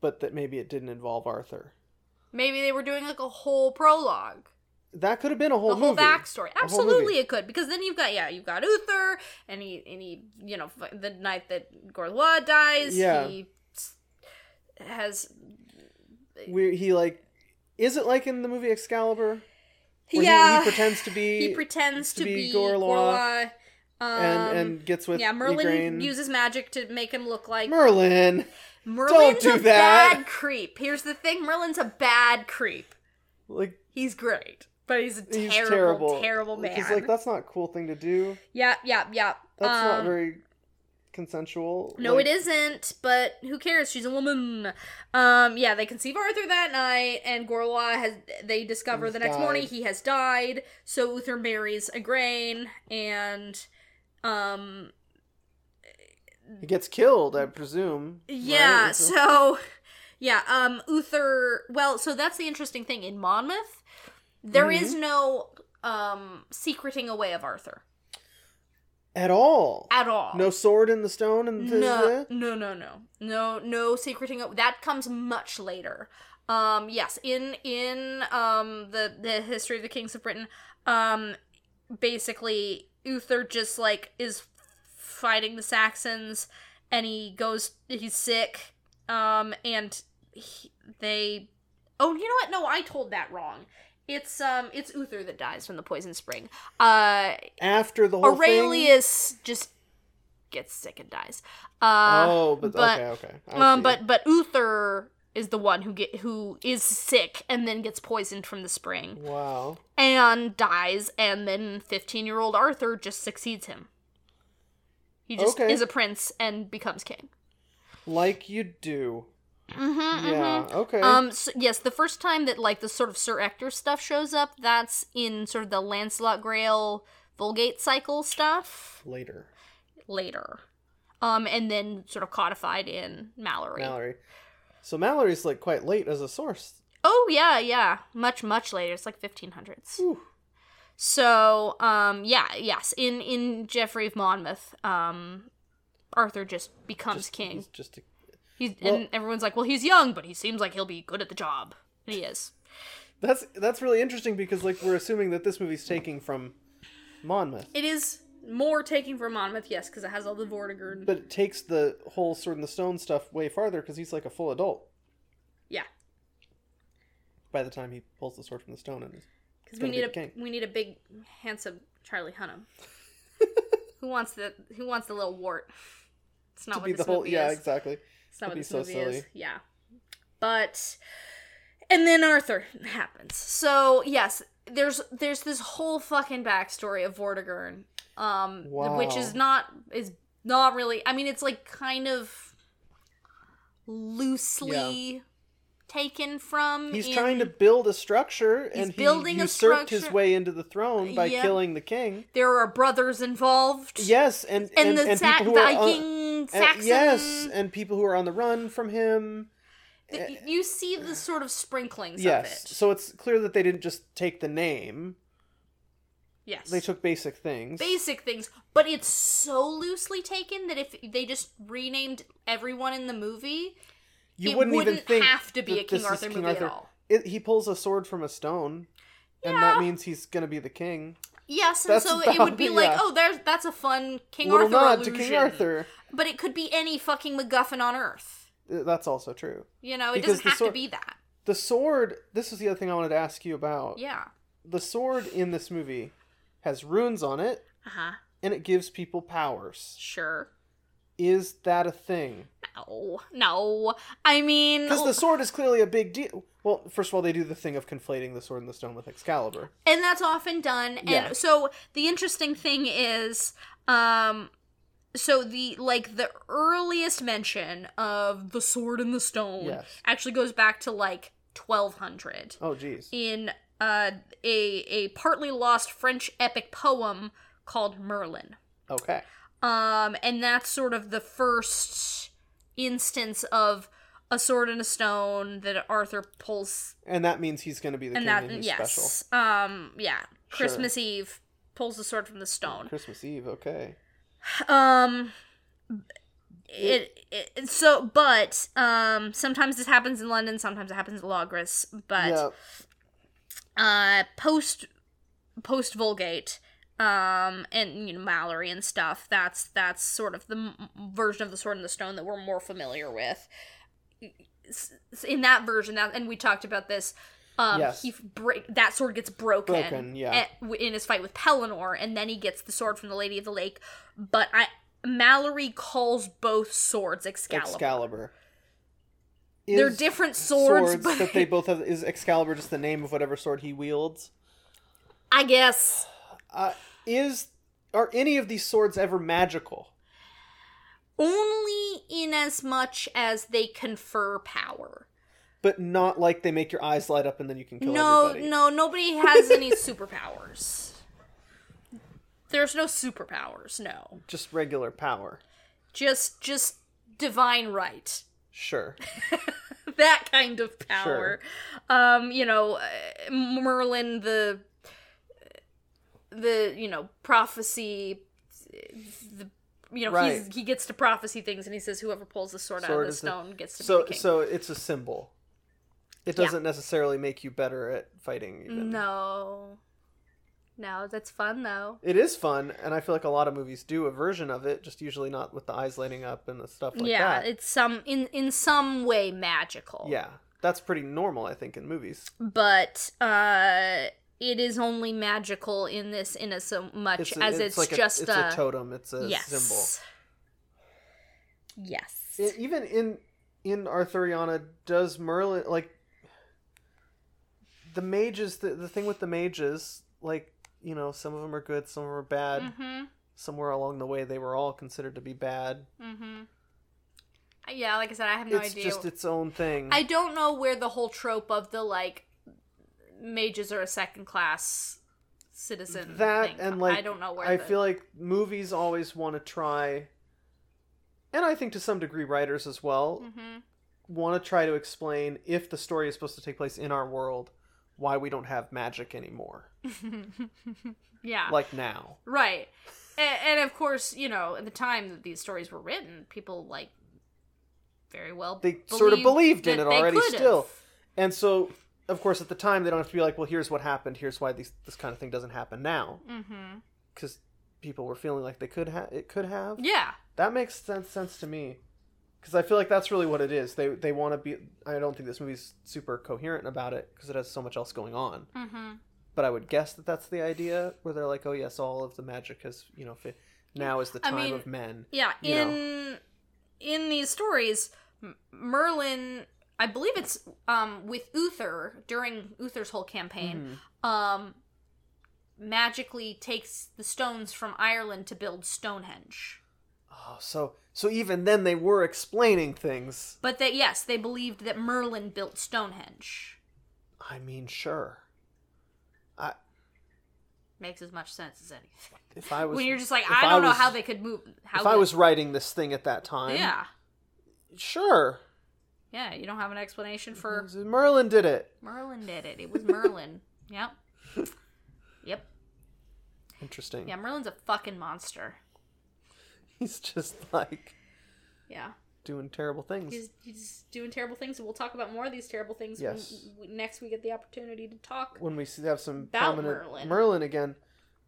but that maybe it didn't involve Arthur. Maybe they were doing like a whole prologue. That could have been a whole the whole movie. backstory. A whole Absolutely, movie. it could because then you've got yeah, you've got Uther, and he and he you know f- the night that Gorlois dies, Yeah. he s- has Where he like, is it like in the movie Excalibur? Where he- yeah. *sighs* he, pretends to be. he pretends to, to be be Gorlois, Gorlois. Um, and and gets with yeah, Merlin Igraine. uses magic to make him look like Merlin. *laughs* Merlin's do a that. bad creep. Here's the thing: Merlin's a bad creep. Like He's great, but he's a he's terrible, terrible, terrible. man. He's like that's not a cool thing to do. yeah, yeah, yeah. That's not Um, very consensual? No, Like, it isn't, but who cares? She's a woman. Um, yeah, they conceive Arthur that night, and Gorla has they discover He's the next morning died. he has died, so Uther marries Igraine, and um He gets killed, I presume. right? yeah, It's a- so yeah, um Uther. Well, so that's the interesting thing in Monmouth. there is Mm-hmm. no um secreting away of Arthur at all. at all. no sword in the stone and this- no, that? no, no, no, no, no secreting. o- That comes much later. Um, yes, in in um the the history of the kings of Britain, um, basically Uther just like is fighting the Saxons, and he goes. He's sick. Um, and he, they. Oh, you know what? No, I told that wrong. It's um, it's Uther that dies from the poison spring. Uh, after the whole thing. Aurelius just gets sick and dies. Uh, oh, but, but- okay, okay. I um, see. but but Uther is the one who get who is sick and then gets poisoned from the spring wow, and dies, and then fifteen year old Arthur just succeeds him. He just Okay. is a prince and becomes king. like you do. Mm-hmm, Yeah. Okay. Um. So, yes, the first time that like the sort of Sir Ector stuff shows up, that's in sort of the Lancelot Grail Vulgate cycle stuff. Later, later. Um, and then sort of codified in Mallory. Mallory. So Mallory's like quite late as a source. Oh yeah, yeah, much much later. It's like 1500s. Whew. So, um, yeah, yes, in in Geoffrey of Monmouth, um, Arthur just becomes Just- king. he's Just a, He's, well- and everyone's like, well, he's young, but he seems like he'll be good at the job. And he is. that's that's really interesting because like we're assuming that this movie's taking from Monmouth, it is more taking from Monmouth, yes, because it has all the Vortigern. but it takes the whole Sword in the Stone stuff way farther because he's like a full adult Yeah, by the time he pulls the sword from the stone and is because we Gonna be need a the king. we need a big, handsome Charlie *laughs* Hunnam. who wants the Who wants the little wart? It's not to what be this the whole. movie Yeah, is. exactly. It's not what That'd this be so movie is. silly. Yeah. But and then Arthur happens. So yes, there's there's this whole fucking backstory of Vortigern, um, Wow. which is not is not really. I mean, it's like kind of loosely taken from. He's in- trying to build a structure, and he building a usurped his structure. way into the throne by Yeah. killing the king. There are brothers involved. Yes, and and, the and Sa- people who are on- Viking and- Saxon. yes, and people who are on the run from him. Th- you see the sort of sprinklings yes, of it. so it's clear that they didn't just take the name; Yes, they took basic things. basic things, but it's so loosely taken that if they just renamed everyone in the movie, you it wouldn't, even wouldn't think have to be that a King this is Arthur movie at all. It, he pulls a sword from a stone, and that means he's going to be the king. Yes, and That's so it about- would be like, yeah. oh, there's that's a fun King Little Arthur nod illusion. to King Arthur. But it could be any fucking MacGuffin on Earth. Uh, That's also true. You know, it Because doesn't the have to sor- be that. The sword. This is the other thing I wanted to ask you about. Yeah. the sword in this movie has runes on it Uh huh. and it gives people powers. Sure. Is that a thing? No. No. I mean, Because the sword is clearly a big deal. Well, first of all, they do the thing of conflating the sword and the stone with Excalibur. and that's often done and Yeah. so the interesting thing is um so the like the earliest mention of the sword and the stone Yes. actually goes back to like 1200 Oh, jeez. in uh a a partly lost french epic poem called merlin Okay. um and that's sort of the first instance of a sword and a stone that arthur pulls And that means he's going to be the and king that mm, and he's yes special. um yeah Sure. christmas eve pulls the sword from the stone Christmas Eve, okay. um it, it so but um sometimes this happens in london sometimes it happens at logris but yeah. uh post post vulgate um and you know mallory and stuff that's that's sort of the m- version of the sword and the stone that we're more familiar with S- s- in that version that and we talked about this um Yes. he f- break that sword gets broken, Broken, yeah. at- w- in his fight with pellinor and then he gets the sword from the lady of the lake but i mallory calls both swords excalibur, Excalibur. they're Is different swords, swords but that *laughs* they both have. Is Excalibur just the name of whatever sword he wields? i guess Uh, is are any of these swords ever magical? only in as much as they confer power. but not like they make your eyes light up and then you can kill no, everybody. no, nobody has *laughs* any superpowers. There's no superpowers, no. Just regular power. Just just divine right. *laughs* Sure. that kind of power. Um, you know, uh, Merlin the the you know prophecy, the you know Right. he's, he gets to prophecy things and he says whoever pulls the sword, out Sword of the is the- stone gets to be so the king. so it's a symbol. It Yeah. doesn't necessarily make you better at fighting even. no, no, that's fun though. It is fun, and I feel like a lot of movies do a version of it, just usually not with the eyes lighting up and the stuff like yeah, that. it's some in in some way magical. yeah. That's pretty normal, I think, in movies. but uh, it is only magical in this in as so much It's a- as it's, like just a, it's a totem, it's a yes. symbol. Yes. E- even in in Arthuriana, does Merlin like the mages? The, the thing with the mages, like you know, some of them are good, some of them are bad. mm-hmm. Somewhere along the way, they were all considered to be bad. Mm-hmm. Yeah, like I said, I have no it's idea. just its own thing. I don't know where the whole trope of the like mages are a second class citizen that thing and com- like I don't know where I the- feel like movies always want to try, and I think to some degree writers as well Mhm. want to try to explain if the story is supposed to take place in our world, why we don't have magic anymore, *laughs* yeah like now. right and, and of course you know at the time that these stories were written people like very well They sort of believed in that it they already could've. still. And so, of course, at the time, they don't have to be like, well, here's what happened. Here's why these, this kind of thing doesn't happen now. Mm-hmm. Because people were feeling like they could have. It could have. yeah That makes sense, sense to me. Because I feel like that's really what it is. They they want to be. I don't think this movie's super coherent about it because it has so much else going on. Mm-hmm. But I would guess that that's the idea where they're like, oh yes, all of the magic has you know. Fi- now is the time mean, of men. yeah You know. in in these stories M- merlin i believe it's um with uther during uther's whole campaign Mm-hmm. um magically takes the stones from ireland to build stonehenge Oh, so so even then they were explaining things. but that yes they believed that merlin built stonehenge I mean, sure. I makes as much sense as anything if I was when you're just like if i don't know was- how they could move how if I they- was writing this thing at that time, yeah sure. yeah you don't have an explanation for Merlin did it. merlin did it it was merlin *laughs* yep yep Interesting. yeah merlin's a fucking monster *laughs* He's just like yeah doing terrible things. he's, he's doing terrible things and we'll talk about more of these terrible things Yes. when, w next we get the opportunity to talk when we see- have some About prominent Merlin. again,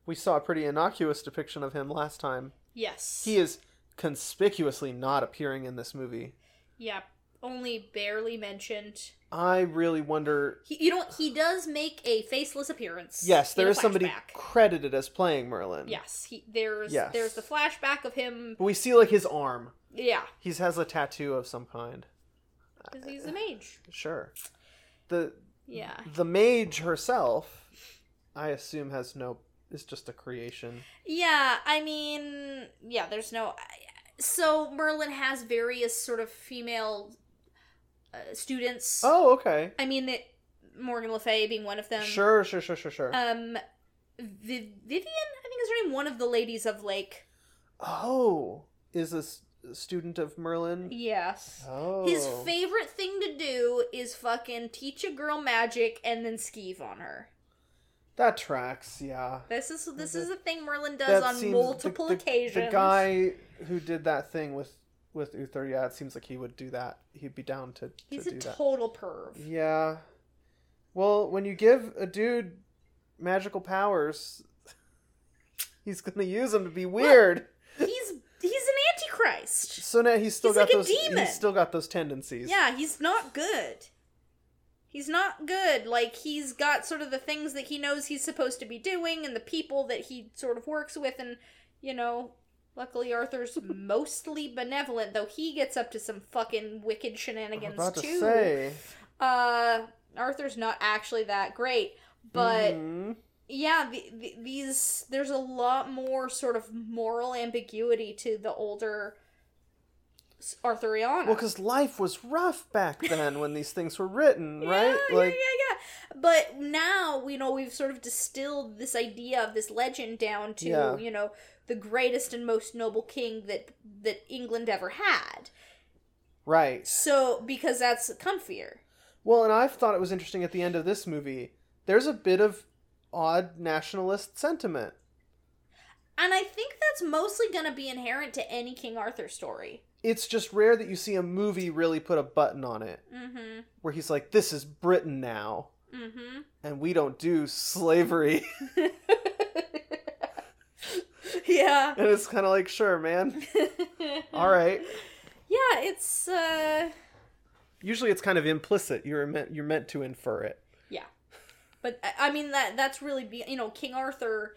we saw a pretty innocuous depiction of him last time. yes He is conspicuously not appearing in this movie. yeah only barely mentioned I really wonder. he, you know he does make a faceless appearance Yes, there in a is somebody flashback. credited as playing Merlin. yes he there's Yes. there's the flashback of him But we see like his arm. yeah He has a tattoo of some kind. 'cause he's a mage Sure. The yeah the mage herself, I assume, has no. Is just a creation. Yeah, I mean, yeah, there's no. So Merlin has various sort of female uh, students. Oh, okay. I mean, it, Morgan Le Fay being one of them. Sure, sure, sure, sure, sure. Um, Viv- Vivian, I think is her name, one of the ladies of Lake. oh, is this a student of Merlin? Yes. Oh, His favorite thing to do is fucking teach a girl magic and then skeeve on her. that tracks. Yeah, This is this is a thing Merlin does that on seems- the- multiple the- occasions. The guy who did that thing with with Uther, yeah, it seems like he would do that. He'd be down to, to He's do a that. total perv. Yeah. Well, when you give a dude magical powers, *laughs* he's gonna use them to be weird. He's he's an antichrist. So now he's still He's got like a those. demon. He's still got those tendencies. Yeah, he's not good. He's not good. Like he's got sort of the things that he knows he's supposed to be doing and the people that he sort of works with and you know, luckily *laughs* Arthur's mostly benevolent though he gets up to some fucking wicked I was shenanigans about to too. say. Uh Arthur's not actually that great, but Mhm. yeah, the, the, these there's a lot more sort of moral ambiguity to the older Arthuriana. Well, because life was rough back then when these things *laughs* were written, right? like, but now you know we've sort of distilled this idea of this legend down to Yeah. you know the greatest and most noble king that that England ever had. right. So because that's comfier. Well, and I thought it was interesting at the end of this movie. There's a bit of odd nationalist sentiment. And I think that's mostly going to be inherent to any King Arthur story. It's just rare that you see a movie really put a button on it, Mhm. where he's like, "This is Britain now, Mhm. and we don't do slavery." *laughs* *laughs* Yeah. and it's kind of like, *laughs* "Sure, man. All right." Yeah, it's uh Usually, it's kind of implicit. You're meant you're meant to infer it. But I- I mean that that's really be you know King Arthur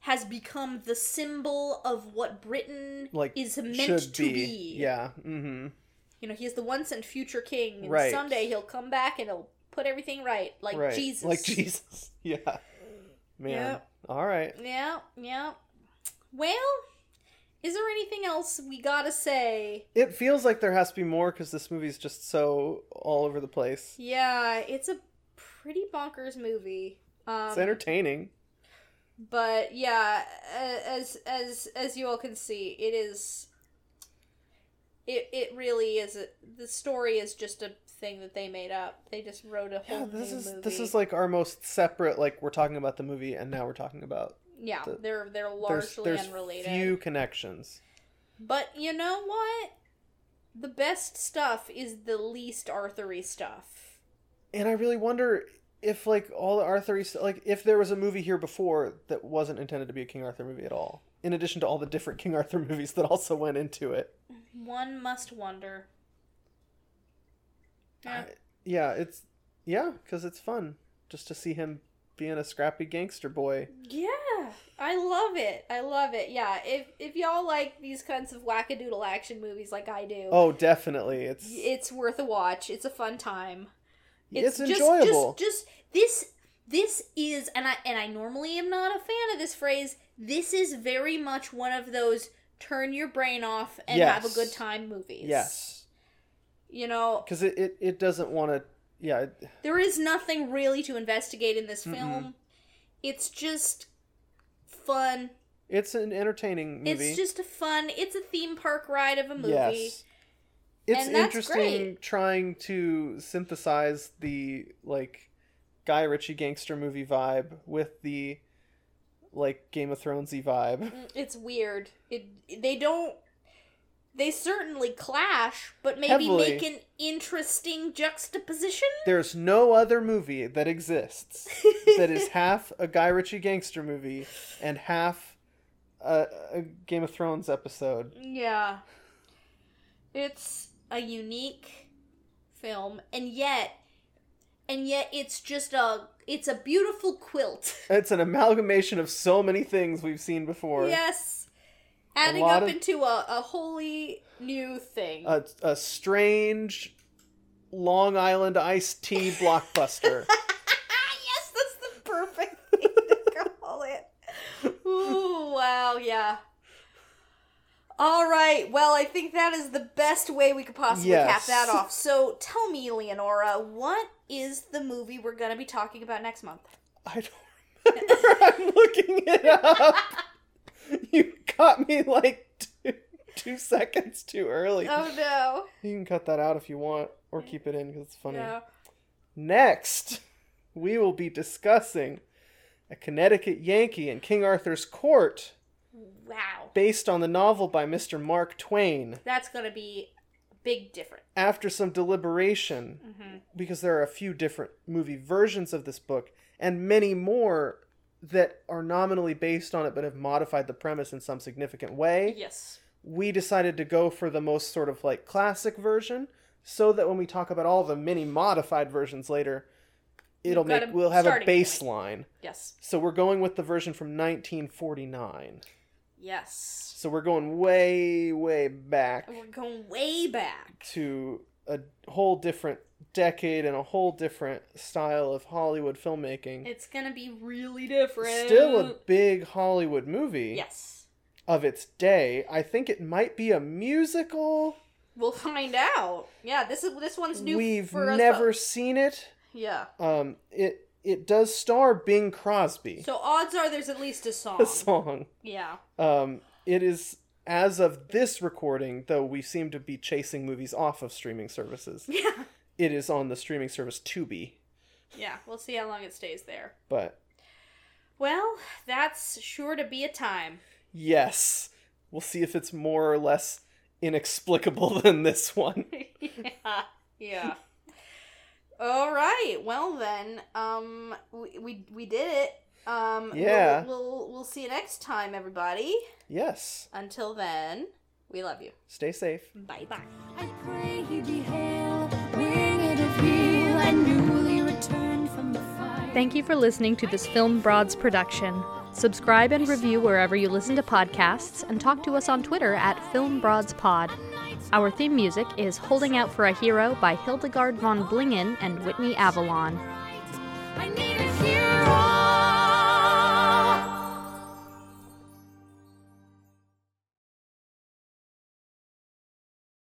has become the symbol of what Britain Like is meant should to be. be. Yeah. Mm-hmm. You know, he's the once and future king, and Right. someday he'll come back and he'll put everything right, like right. Jesus. Like Jesus. *laughs* Yeah. Man. Yep. All right. Yeah, yeah. Well, is there anything else we gotta say? It feels like there has to be more because this movie's just so all over the place. Yeah, it's a pretty bonkers movie. Um, It's entertaining. but yeah a- as as as you all can see it is it it really is a, the story is just a thing that they made up they just wrote a whole Yeah, this new is movie this is like our most separate. Like we're talking about the movie, and now we're talking about yeah the- they're they're there's largely there's unrelated few connections. but you know what the best stuff is the least arthery stuff And I really wonder if like all the Arthur stuff, like if there was a movie here before that wasn't intended to be a King Arthur movie at all. In addition to all the different King Arthur *laughs* movies that also went into it. one must wonder yeah. I- yeah, it's yeah, because it's fun just to see him being a scrappy gangster boy. Yeah, I love it. I love it. Yeah, if if y'all like these kinds of wackadoodle action movies like I do, Oh, definitely, it's it's worth a watch. It's a fun time. it's, just- enjoyable. Just, just this this is and I and I normally am not a fan of this phrase. This is very much one of those turn your brain off and have a Yes. good time movies. yes, You know, because it, it it doesn't want to. Yeah, it- there is nothing really to investigate in this film. It's just fun. it's an entertaining movie. It's just a fun. It's a theme park ride of a movie. yes. It's And that's interesting great. trying to synthesize the like Guy Ritchie gangster movie vibe with the like Game of *laughs* Thronesy vibe. Mm, It's weird. It they don't they certainly clash, but maybe Heavily. make an interesting juxtaposition. There's no other movie that exists that is half a Guy Ritchie gangster movie and half a, a Game of Thrones episode. Yeah. It's a unique film and yet and yet it's just a it's a beautiful quilt. It's an amalgamation of so many things we've seen before. yes. Adding up lot of- into a, a wholly new thing. A, a strange Long Island iced tea blockbuster. *laughs* yes, that's the perfect *laughs* thing to call it. Ooh, wow, yeah. All right, well, I think that is the best way we could possibly cap Yes. that off. So tell me, Leonora, what is the movie we're going to be talking about next month? I don't remember. *laughs* I'm looking it up. You caught me like two, two seconds too early. Oh, no. You can cut that out if you want or keep it in because it's funny. No. Next, we will be discussing a Connecticut Yankee in King Arthur's Court Wow. based on the novel by Mr. Mark Twain. That's going to be big different. Mm-hmm. After some deliberation, because there are a few different movie versions of this book and many more that are nominally based on it but have modified the premise in some significant way. Yes. we decided to go for the most sort of like classic version so that when we talk about all the many modified versions later it'll You've got make a we'll have a starting point. baseline Yes. so we're going with the version from 1949 Yes. so we're going way way back We're going way back. to a whole different decade and a whole different style of hollywood filmmaking It's going to be really different. still a big hollywood movie Yes. of its day i think it might be a musical We'll find out. Yeah, this is this one's new We've for us. never both. seen it. Yeah. Um, it it does star Bing Crosby. So odds are there's at least a song. *laughs* a song. Yeah. *laughs* Um, it is as of this recording, though we seem to be chasing movies off of streaming services. Yeah. It is on the streaming service Tubi, Yeah. We'll see how long it stays there. but Well, that's sure to be a time. *laughs* yes, we'll see if it's more or less inexplicable *laughs* than this one. yeah. Yeah. All right. Well then, um, we we, we did it. Um, we'll- Yeah. we'll we'll see you next time, everybody. Yes, Until then, we love you. stay safe. Bye bye. I pray he be hail, winged of he, and newly returned from the fire. Thank you for listening to this Film Broads production. Subscribe and review wherever you listen to podcasts and talk to us on Twitter at Film Broads Pod. Our theme music is Holding Out for a Hero by Hildegard von Blingen and Whitney Avalon.